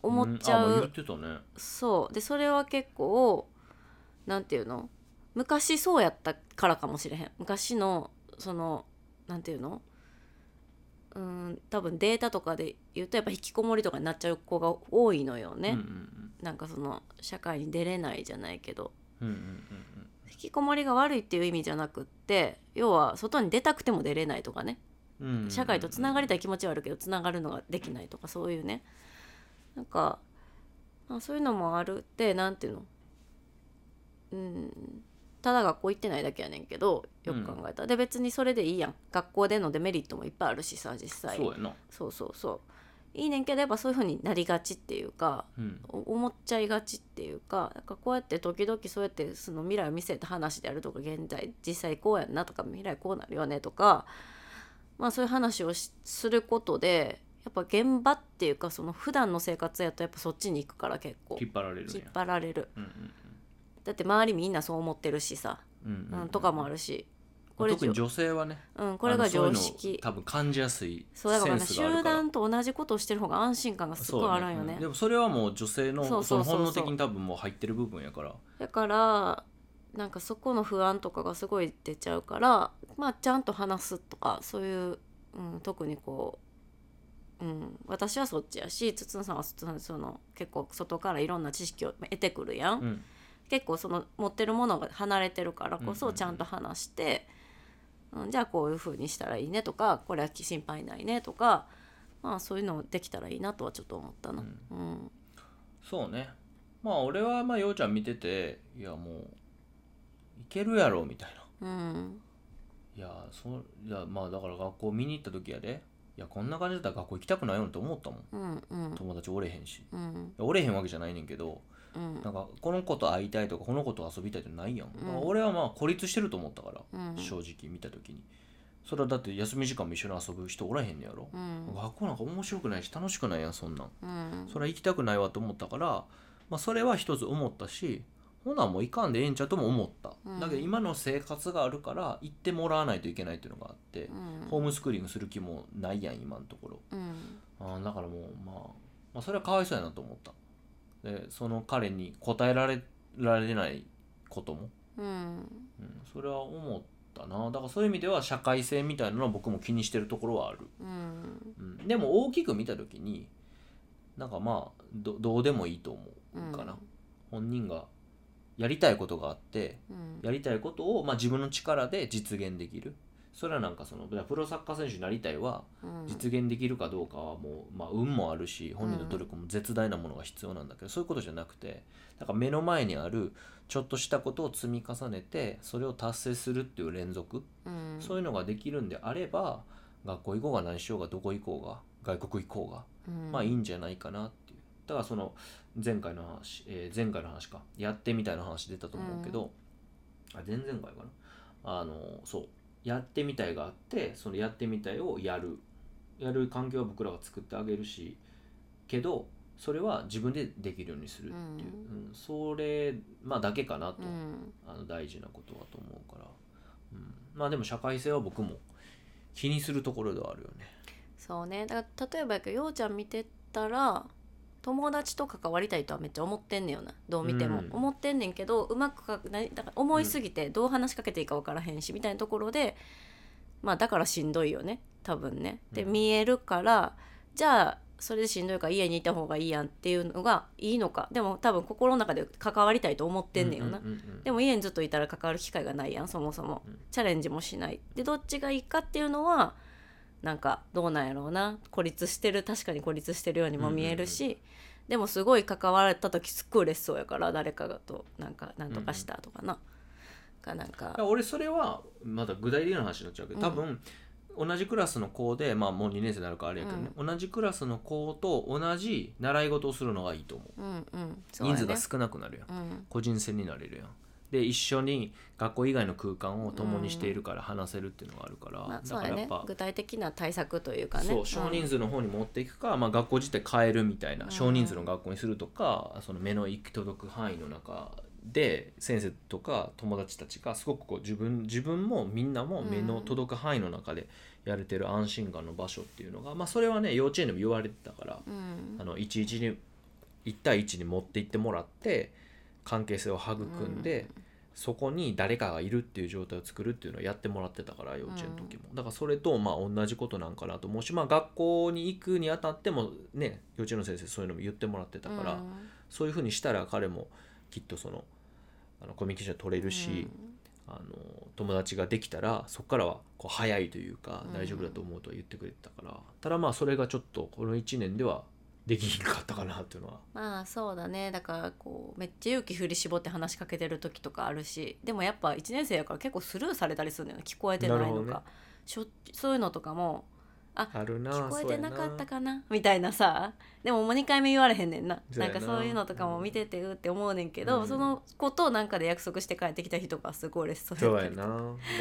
Speaker 2: 思っちゃう、
Speaker 1: 言ってたね
Speaker 2: そうでそれは結構なんていうの昔そうやったからかもしれへん昔のそのなんていうのうーん多分データとかで言うとやっぱ引きこもりとかになっちゃう子が多いのよね、
Speaker 1: うんうん
Speaker 2: なんかその社会に出れないじゃないけど
Speaker 1: うんうん
Speaker 2: 引きこもりが悪いっていう意味じゃなくって要は外に出たくても出れないとかね
Speaker 1: うんうんうん
Speaker 2: 社会とつながり
Speaker 1: たい
Speaker 2: たい気持ちはあるけどつながるのができないとかそういうねなんかあそういうのもあるってなんていうのうんただ学校行ってないだけやねんけどよく考えたら、で別にそれでいいやん学校でのデメリットもいっぱいあるしさ実際
Speaker 1: そうやな
Speaker 2: そうそうそういいねんけどやっぱそういうふうになりがちっていうか
Speaker 1: うん
Speaker 2: お思っちゃいがちっていうかなんかこうやって時々そうやってその未来を見せた話であるとか現在実際こうやんなとか未来こうなるよねとかまあそういう話をしすることでやっぱ現場っていうかその普段の生活やとやっぱそっちに行くから結構
Speaker 1: 引っ張られるん
Speaker 2: 引
Speaker 1: や
Speaker 2: っ張られる
Speaker 1: うん
Speaker 2: だって周りみんなそう思ってるしさ、
Speaker 1: うんうん
Speaker 2: う
Speaker 1: うん
Speaker 2: ん
Speaker 1: うん
Speaker 2: とかもあるしこれ
Speaker 1: 特に女性はね
Speaker 2: うん、これが
Speaker 1: あのそういう
Speaker 2: 常
Speaker 1: の
Speaker 2: 識
Speaker 1: 多分感じやすい
Speaker 2: そうだからね
Speaker 1: センスがある
Speaker 2: 集
Speaker 1: から
Speaker 2: 団と同じことをしてる方が安心感がすごいあるんよ
Speaker 1: そう
Speaker 2: ね
Speaker 1: うんでもそれはもう女性
Speaker 2: そ
Speaker 1: の
Speaker 2: う
Speaker 1: そ
Speaker 2: そうそうそ
Speaker 1: の本
Speaker 2: う
Speaker 1: 能的に多分もう入ってる部分やから
Speaker 2: だからなんかそこの不安とかがすごい出ちゃうからまあちゃんと話すとかそういう、うん、特にこう、うん、私はそっちやし筒野さんはそのその結構外からいろんな知識を得てくるやん、
Speaker 1: うん
Speaker 2: 結構その持ってるものが離れてるからこ
Speaker 1: うんうん
Speaker 2: そ
Speaker 1: うん
Speaker 2: ちゃんと話して、うんじゃあこういう風にしたらいいねとかこれは心配ないねとかまあそういうのできたらいいなとはちょっと思ったな。うん
Speaker 1: そうねまあ俺はまあようちゃん見てていやもういけるやろみたいな
Speaker 2: うん
Speaker 1: いやそういやまあだから学校見に行った時やでいやこんな感じだったら学校行きたくないよって思ったもん
Speaker 2: うんうん
Speaker 1: 友達おれへんしい
Speaker 2: うん
Speaker 1: やおれへんわけじゃないねんけど
Speaker 2: うん
Speaker 1: なんかこの子と会いたいとかこの子と遊びたいってないやん、
Speaker 2: ん
Speaker 1: だから俺はまあ孤立してると思ったから、
Speaker 2: うん
Speaker 1: 正直見た時にそれはだって休み時間も一緒に遊ぶ人おらへんねやろ、
Speaker 2: うん
Speaker 1: 学校なんか面白くないし楽しくないやんそんなん
Speaker 2: うん
Speaker 1: それは行きたくないわと思ったから、まあ、それは一つ思ったしほなもういかんでええんちゃうとも思った、
Speaker 2: うん
Speaker 1: だけど今の生活があるから行ってもらわないといけないっていうのがあって、
Speaker 2: うん
Speaker 1: ホームスクーリングする気もないやん今のところ
Speaker 2: うん
Speaker 1: あーだからもう、まあ、まあそれはかわいそうやなと思ったでその彼に答えられられないことも、
Speaker 2: うん
Speaker 1: うん、それは思ったなだからそういう意味では社会性みたいなのは僕も気にしてるところはある
Speaker 2: うん
Speaker 1: うん、でも大きく見た時になんかまあどどうでもいいと思うかな、本人がやりたいことがあって
Speaker 2: うん
Speaker 1: やりたいことを、まあ、自分の力で実現できるそれはなんかそのいやプロサッカー選手になりたいは
Speaker 2: うん
Speaker 1: 実現できるかどうかはもう、まあ、運もあるし本人の努力も絶大なものが必要なんだけど、そういうことじゃなくてなんか目の前にあるちょっとしたことを積み重ねてそれを達成するっていう連続、
Speaker 2: うん
Speaker 1: そういうのができるんであれば学校行こうが何しようがどこ行こうが外国行こうが
Speaker 2: うん
Speaker 1: まあいいんじゃないかなっていうだからその前回の話、えー前回の話かやってみたいな話出たと思うけど、あ前々回かなあのそうやってみたいがあってそのやってみたいをやるやる環境は僕らが作ってあげるしけどそれは自分でできるようにするっていう、うんそれ、まあ、だけかなと、
Speaker 2: うん
Speaker 1: あの大事なことだと思うから、うん、まあでも社会性は僕も気にするところではあるよね
Speaker 2: そうねだから例えばやけどようちゃん見てたら友達と関わりたいとはめっちゃ思ってんねんよなどう見ても、
Speaker 1: うん
Speaker 2: 思ってんねんけどうまくかなだから思いすぎてどう話しかけていいか分からへんしみたいなところでまあだからしんどいよね多分ね。で、
Speaker 1: うん
Speaker 2: 見えるからじゃあそれでしんどいから家にいた方がいいやんっていうのがいいのかでも多分心の中で関わりたいと思ってんねんよな。
Speaker 1: うんうんうんうん
Speaker 2: でも家にずっといたら関わる機会がないやんそもそも
Speaker 1: うん
Speaker 2: チャレンジもしないでどっちがいいかっていうのはなんかどうなんやろうな孤立してる確かに孤立してるようにも見えるし、でもすごい関われた時すっごい嬉しそうやから誰かがとなんかなんとかしたとかな、かなん
Speaker 1: いや
Speaker 2: か
Speaker 1: 俺それはまだ具体的な話になっちゃうけど多分、同じクラスの子でまあもう2年生になるからあれやけどね、同じクラスの子と同じ習い事をするのがいいと思う
Speaker 2: うんうんそうや
Speaker 1: 人
Speaker 2: ね
Speaker 1: 数が少なくなるやん
Speaker 2: うん
Speaker 1: 個人戦になれるやんで一緒に学校以外の空間を共にしているから話せるっていうのがあるから、
Speaker 2: ま
Speaker 1: だ
Speaker 2: あ、そう
Speaker 1: か
Speaker 2: や
Speaker 1: らや
Speaker 2: ね
Speaker 1: っぱ
Speaker 2: 具体的な対策というかね
Speaker 1: そう少人数の方に持っていくか、まあ、学校自体変えるみたいな、
Speaker 2: うん
Speaker 1: 少人数の学校にするとかその目の行き届く範囲の中で先生とか友達たちがすごくこう自分自分もみんなも目の届く範囲の中でやれてる安心感の場所っていうのが、まあ、それはね幼稚園でも言われてたから、
Speaker 2: うん、うん
Speaker 1: あの1一に1対1に持っていってもらって関係性を育んで、そこに誰かがいるっていう状態を作るっていうのをやってもらってたから幼稚園の時も、だからそれとまあ同じことなんかなと思うし、まあ、学校に行くにあたってもね幼稚園の先生そういうのも言ってもらってたから、
Speaker 2: うん
Speaker 1: そういうふうにしたら彼もきっとそのあのコミュニケーション取れるし、あの友達ができたらそこからはこう早いというか
Speaker 2: うん
Speaker 1: 大丈夫だと思うとは言ってくれてたから、ただまあそれがちょっとこの1年ではできなかったかなっていうのは
Speaker 2: まあそうだねだからこうめっちゃ勇気振り絞って話しかけてる時とかあるしでもやっぱ1年生やから結構スルーされたりするんだよね聞こえてない
Speaker 1: なる
Speaker 2: の
Speaker 1: ほどね
Speaker 2: か、しょっちゅうそういうのとかも
Speaker 1: あるな
Speaker 2: 聞こえてなかった
Speaker 1: か
Speaker 2: かなみたいなさでももう2回目言われへんねんな
Speaker 1: そう
Speaker 2: な
Speaker 1: や
Speaker 2: ん
Speaker 1: な
Speaker 2: かそういうのとかも見ててうって思うねんけど、
Speaker 1: うん
Speaker 2: そのことをなんかで約束して帰ってきた日とかはすごい嬉しそう
Speaker 1: そう
Speaker 2: った
Speaker 1: や
Speaker 2: り
Speaker 1: なだ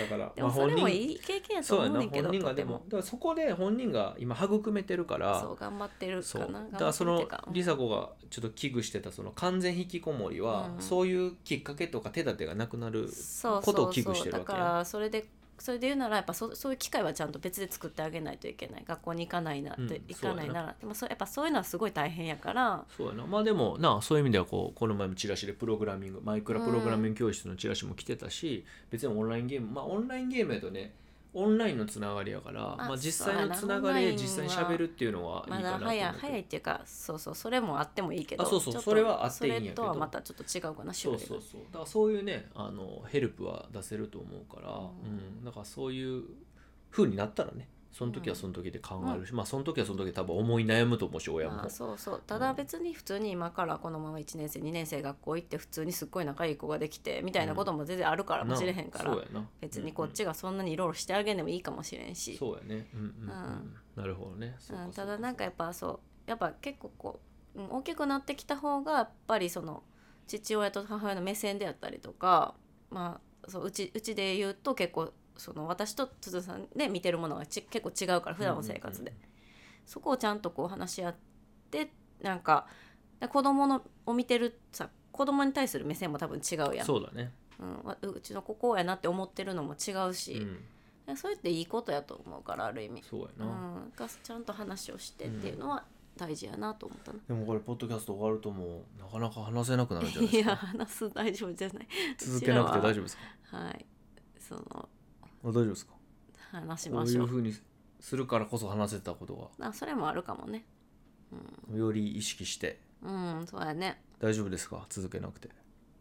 Speaker 1: から
Speaker 2: でもそれ
Speaker 1: ま
Speaker 2: も
Speaker 1: あ
Speaker 2: いい経験やと
Speaker 1: そうや
Speaker 2: 思う
Speaker 1: な
Speaker 2: ねんけど
Speaker 1: 本人が
Speaker 2: と
Speaker 1: で
Speaker 2: て
Speaker 1: も
Speaker 2: も
Speaker 1: だからそこで本人が今育めてるから
Speaker 2: そう頑張ってるか
Speaker 1: そう
Speaker 2: な頑張ってるっていう
Speaker 1: だからその
Speaker 2: かうん
Speaker 1: 梨紗子がちょっと危惧してたその完全引きこもりは、
Speaker 2: うん
Speaker 1: そういうきっかけとか手立てがなくなる
Speaker 2: そう
Speaker 1: こ
Speaker 2: そう
Speaker 1: と
Speaker 2: そ
Speaker 1: を
Speaker 2: う
Speaker 1: 危惧してるわけ
Speaker 2: だからそれでそれで言うならやっぱそそういう機会はちゃんと別で作ってあげないといけない学校に行かないなって、
Speaker 1: うん
Speaker 2: 行かない
Speaker 1: そう
Speaker 2: な
Speaker 1: や
Speaker 2: らでもそうやっぱそういうのはすごい大変やから
Speaker 1: そうやなまあでもなそういう意味ではこうこの前もチラシでプログラミングマイクラプログラミング教室のチラシも来てたし、別にオンラインゲームまあオンラインゲームやとねオンラインのつながりやからまあ、実際のつながりで実際にしゃべるっていうのはいいか
Speaker 2: ま
Speaker 1: なと思うけ
Speaker 2: だ
Speaker 1: ど
Speaker 2: 早い早いっていうかそうそうそれもあってもいいけど
Speaker 1: あそうそう
Speaker 2: ちょっと
Speaker 1: それはあっていいんやけど
Speaker 2: それとはまたちょっと違うかな
Speaker 1: そうそうそうだからそういうねあのヘルプは出せると思うから、う
Speaker 2: うん
Speaker 1: だからそういう風になったらねその時はその時で考えるし、まあその時はその時で多分思い悩むと思うし親も、
Speaker 2: まあ、そうそうただ別に普通に今からこのまま1年生2年生学校行って普通にすっごい仲いい子ができてみたいなことも全然あるから
Speaker 1: な
Speaker 2: もしれへんから、
Speaker 1: そうやな
Speaker 2: 別にこっちがそんなにいろいろしてあげんでもいいかもしれんし、
Speaker 1: そうやねうんうん、うん
Speaker 2: うん
Speaker 1: なるほどねそうか
Speaker 2: うん、
Speaker 1: そ
Speaker 2: た
Speaker 1: う
Speaker 2: だなんか
Speaker 1: そう
Speaker 2: やっぱそうやっぱ結構こううん大きくなってきた方がやっぱりその父親と母親の目線であったりとかまあそううちうちで言うと結構その私と鈴さんで見てるものがち結構違うから普段の生活で、
Speaker 1: うん
Speaker 2: そこをちゃんとこう話し合ってなんか子供のを見てるさ子供に対する目線も多分違うやん
Speaker 1: そうだね、
Speaker 2: うんわ、うちのここやなって思ってるのも違う
Speaker 1: う
Speaker 2: し、
Speaker 1: ん、
Speaker 2: それっていいことやと思うからある意味
Speaker 1: そうや
Speaker 2: う
Speaker 1: な、
Speaker 2: ん、がちゃんと話をしてっていうのは大事やなと思ったな、
Speaker 1: でもこれポッドキャスト終わるともうなかなか話せなくなるんじゃない
Speaker 2: い
Speaker 1: ですか
Speaker 2: や話す大丈夫じゃない
Speaker 1: 続けなくて大
Speaker 2: 丈
Speaker 1: 丈夫ですか
Speaker 2: 夫はいその
Speaker 1: あ大丈夫ですか
Speaker 2: 話し
Speaker 1: こ
Speaker 2: ま
Speaker 1: う
Speaker 2: し
Speaker 1: い
Speaker 2: ょ
Speaker 1: う
Speaker 2: う
Speaker 1: 風にするからこそ話せたこと
Speaker 2: あそれもあるかもね
Speaker 1: がより意識して
Speaker 2: うん、うん、そうやね
Speaker 1: 大丈夫ですか続けなくて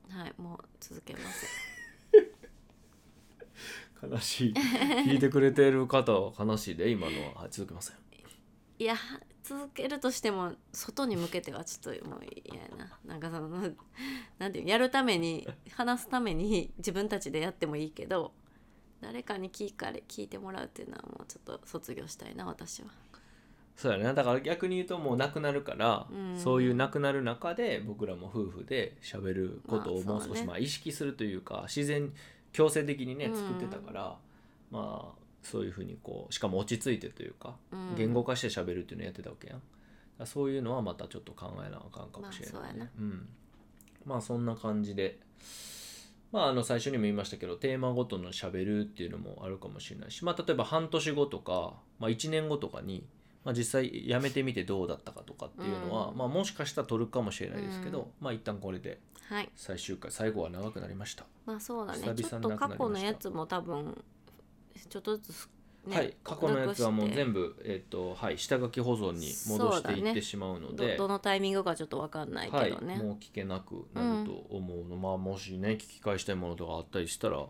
Speaker 2: はいもう続けます
Speaker 1: 悲しい 聞いてくれてる方は悲しいで今のははい続けません
Speaker 2: いや続けるとしても外に向けてはちょっともう嫌やななんかそのなんていうのやるために話すために自分たちでやってもいいけど誰かに聞かれ聞いてもらうっていうのはもうちょっと卒業したいな私は
Speaker 1: そうやねだから逆に言うともうなくなるから、
Speaker 2: うん
Speaker 1: そういうなくなる中で僕らも夫婦で喋ることを
Speaker 2: ま
Speaker 1: も
Speaker 2: あ
Speaker 1: う
Speaker 2: そう
Speaker 1: 少
Speaker 2: ね
Speaker 1: し、まあ意識するというか自然強制的にね
Speaker 2: うん
Speaker 1: 作ってたから、まあそういうふうにこうしかも落ち着いてというか、
Speaker 2: うん
Speaker 1: 言語化して喋るっていうのやってたわけやんだからそういうのはまたちょっと考えなあかんかもしれないね、
Speaker 2: まあそうやな
Speaker 1: うん、まあそんな感じでまあ、あの最初にも言いましたけどテーマごとのしゃべるっていうのもあるかもしれないし、まあ、例えば半年後とか、まあ、1年後とかに、まあ、実際やめてみてどうだったかとかっていうのは、
Speaker 2: うん
Speaker 1: まあ、もしかしたら取るかもしれないですけど、
Speaker 2: うん
Speaker 1: まあ一旦これで
Speaker 2: はい
Speaker 1: 最終回最後は長くなりました
Speaker 2: まあそうだね
Speaker 1: 久々に
Speaker 2: ちょっと
Speaker 1: なくなりました
Speaker 2: 過去のやつも多分ちょっとずつね
Speaker 1: はい、過去のやつはもう
Speaker 2: なくして
Speaker 1: 全部、えっとはい、下書き保存に戻して
Speaker 2: そう
Speaker 1: い
Speaker 2: だ
Speaker 1: って
Speaker 2: ね
Speaker 1: しまうの
Speaker 2: ど
Speaker 1: で
Speaker 2: どのタイミングかちょっとわかんない
Speaker 1: は
Speaker 2: け
Speaker 1: い、
Speaker 2: どね、
Speaker 1: もう聞けなくなると思うの、まあもしね聞き返したいものとかあったりしたら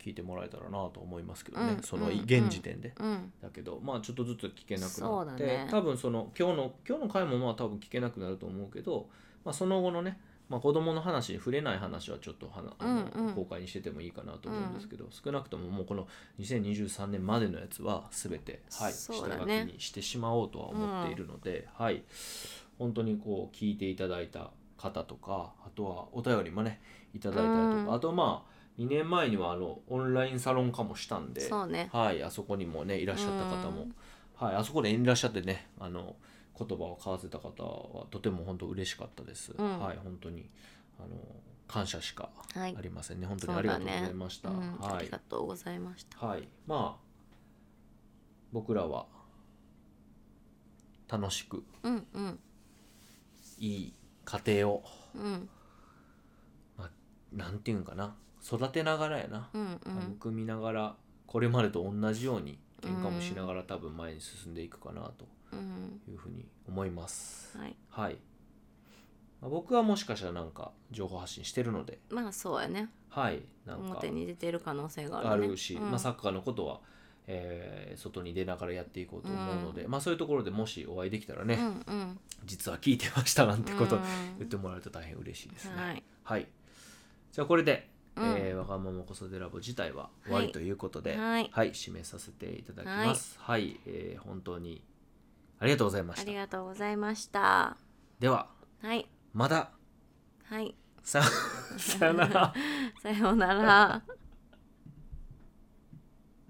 Speaker 1: 聞いてもらえたらなと思いますけどね、
Speaker 2: うん
Speaker 1: その
Speaker 2: うん
Speaker 1: 現時点で、
Speaker 2: うん
Speaker 1: だけどまあちょっとずつ聞けなく
Speaker 2: そう
Speaker 1: な
Speaker 2: だ
Speaker 1: って、
Speaker 2: ね
Speaker 1: 多分その今日の今日の回もまあ多分聞けなくなると思うけど、まあ、その後のね、まあ、子供の話に触れない話はちょっとはなあの、
Speaker 2: うんうん
Speaker 1: 公開にしててもいいかなと思うんですけど、少なくとももうこの2023年までのやつは全て、はい
Speaker 2: そう
Speaker 1: 下
Speaker 2: だ
Speaker 1: 書き
Speaker 2: ね
Speaker 1: にしてしまおうとは思っているので、はい本当にこう聞いていただいた方とかあとはお便りもねいただいたりとか、
Speaker 2: うん
Speaker 1: あとまあ2年前にはあのオンラインサロン化もしたんで
Speaker 2: そうね
Speaker 1: はい、あそこにもねいらっしゃった方も
Speaker 2: う、
Speaker 1: はい、あそこでいらっしゃってねあの言葉を交わせた方はとても本当嬉しかったです、
Speaker 2: うん
Speaker 1: はい本当にあの感謝しか
Speaker 2: はい
Speaker 1: ありませんね、本当
Speaker 2: そ
Speaker 1: にあ
Speaker 2: う
Speaker 1: りがとう
Speaker 2: だ
Speaker 1: ご
Speaker 2: ね
Speaker 1: ざいました、
Speaker 2: うんあ
Speaker 1: は
Speaker 2: り
Speaker 1: い
Speaker 2: が、とうございました
Speaker 1: はい、まあ僕らは楽しく
Speaker 2: うんうん
Speaker 1: いい家庭を
Speaker 2: うん
Speaker 1: なんていうんかな育てながらやな、
Speaker 2: うんう
Speaker 1: 育
Speaker 2: ん
Speaker 1: みながらこれまでと同じように喧嘩もしながら多分前に進んでいくかなと
Speaker 2: うん
Speaker 1: いうふうに思います。
Speaker 2: はい
Speaker 1: はい。まあ僕はもしかしたらなんか情報発信してるので、
Speaker 2: まあそうやね
Speaker 1: はい、なんか
Speaker 2: 表に出てる可能性が
Speaker 1: あ
Speaker 2: あるね
Speaker 1: るし、
Speaker 2: うん
Speaker 1: まあサッカーのことは、えー外に出ながらやっていこうと思うので、まあそういうところでもしお会いできたらね、
Speaker 2: うんうん
Speaker 1: 実は聞いてましたなんてこと
Speaker 2: うん
Speaker 1: 言ってもらえると大変嬉しいですね。
Speaker 2: はい
Speaker 1: はい。じゃあこれで、
Speaker 2: うん
Speaker 1: えーわがまま子育てラボ自体は終わりということで、
Speaker 2: はい
Speaker 1: はい、締めさせていただきます。はい、えー本当にありがとうございま
Speaker 2: あ
Speaker 1: し
Speaker 2: り
Speaker 1: た。
Speaker 2: がとうございました
Speaker 1: では、
Speaker 2: はい
Speaker 1: また
Speaker 2: はい
Speaker 1: さよさよなら。
Speaker 2: さようなら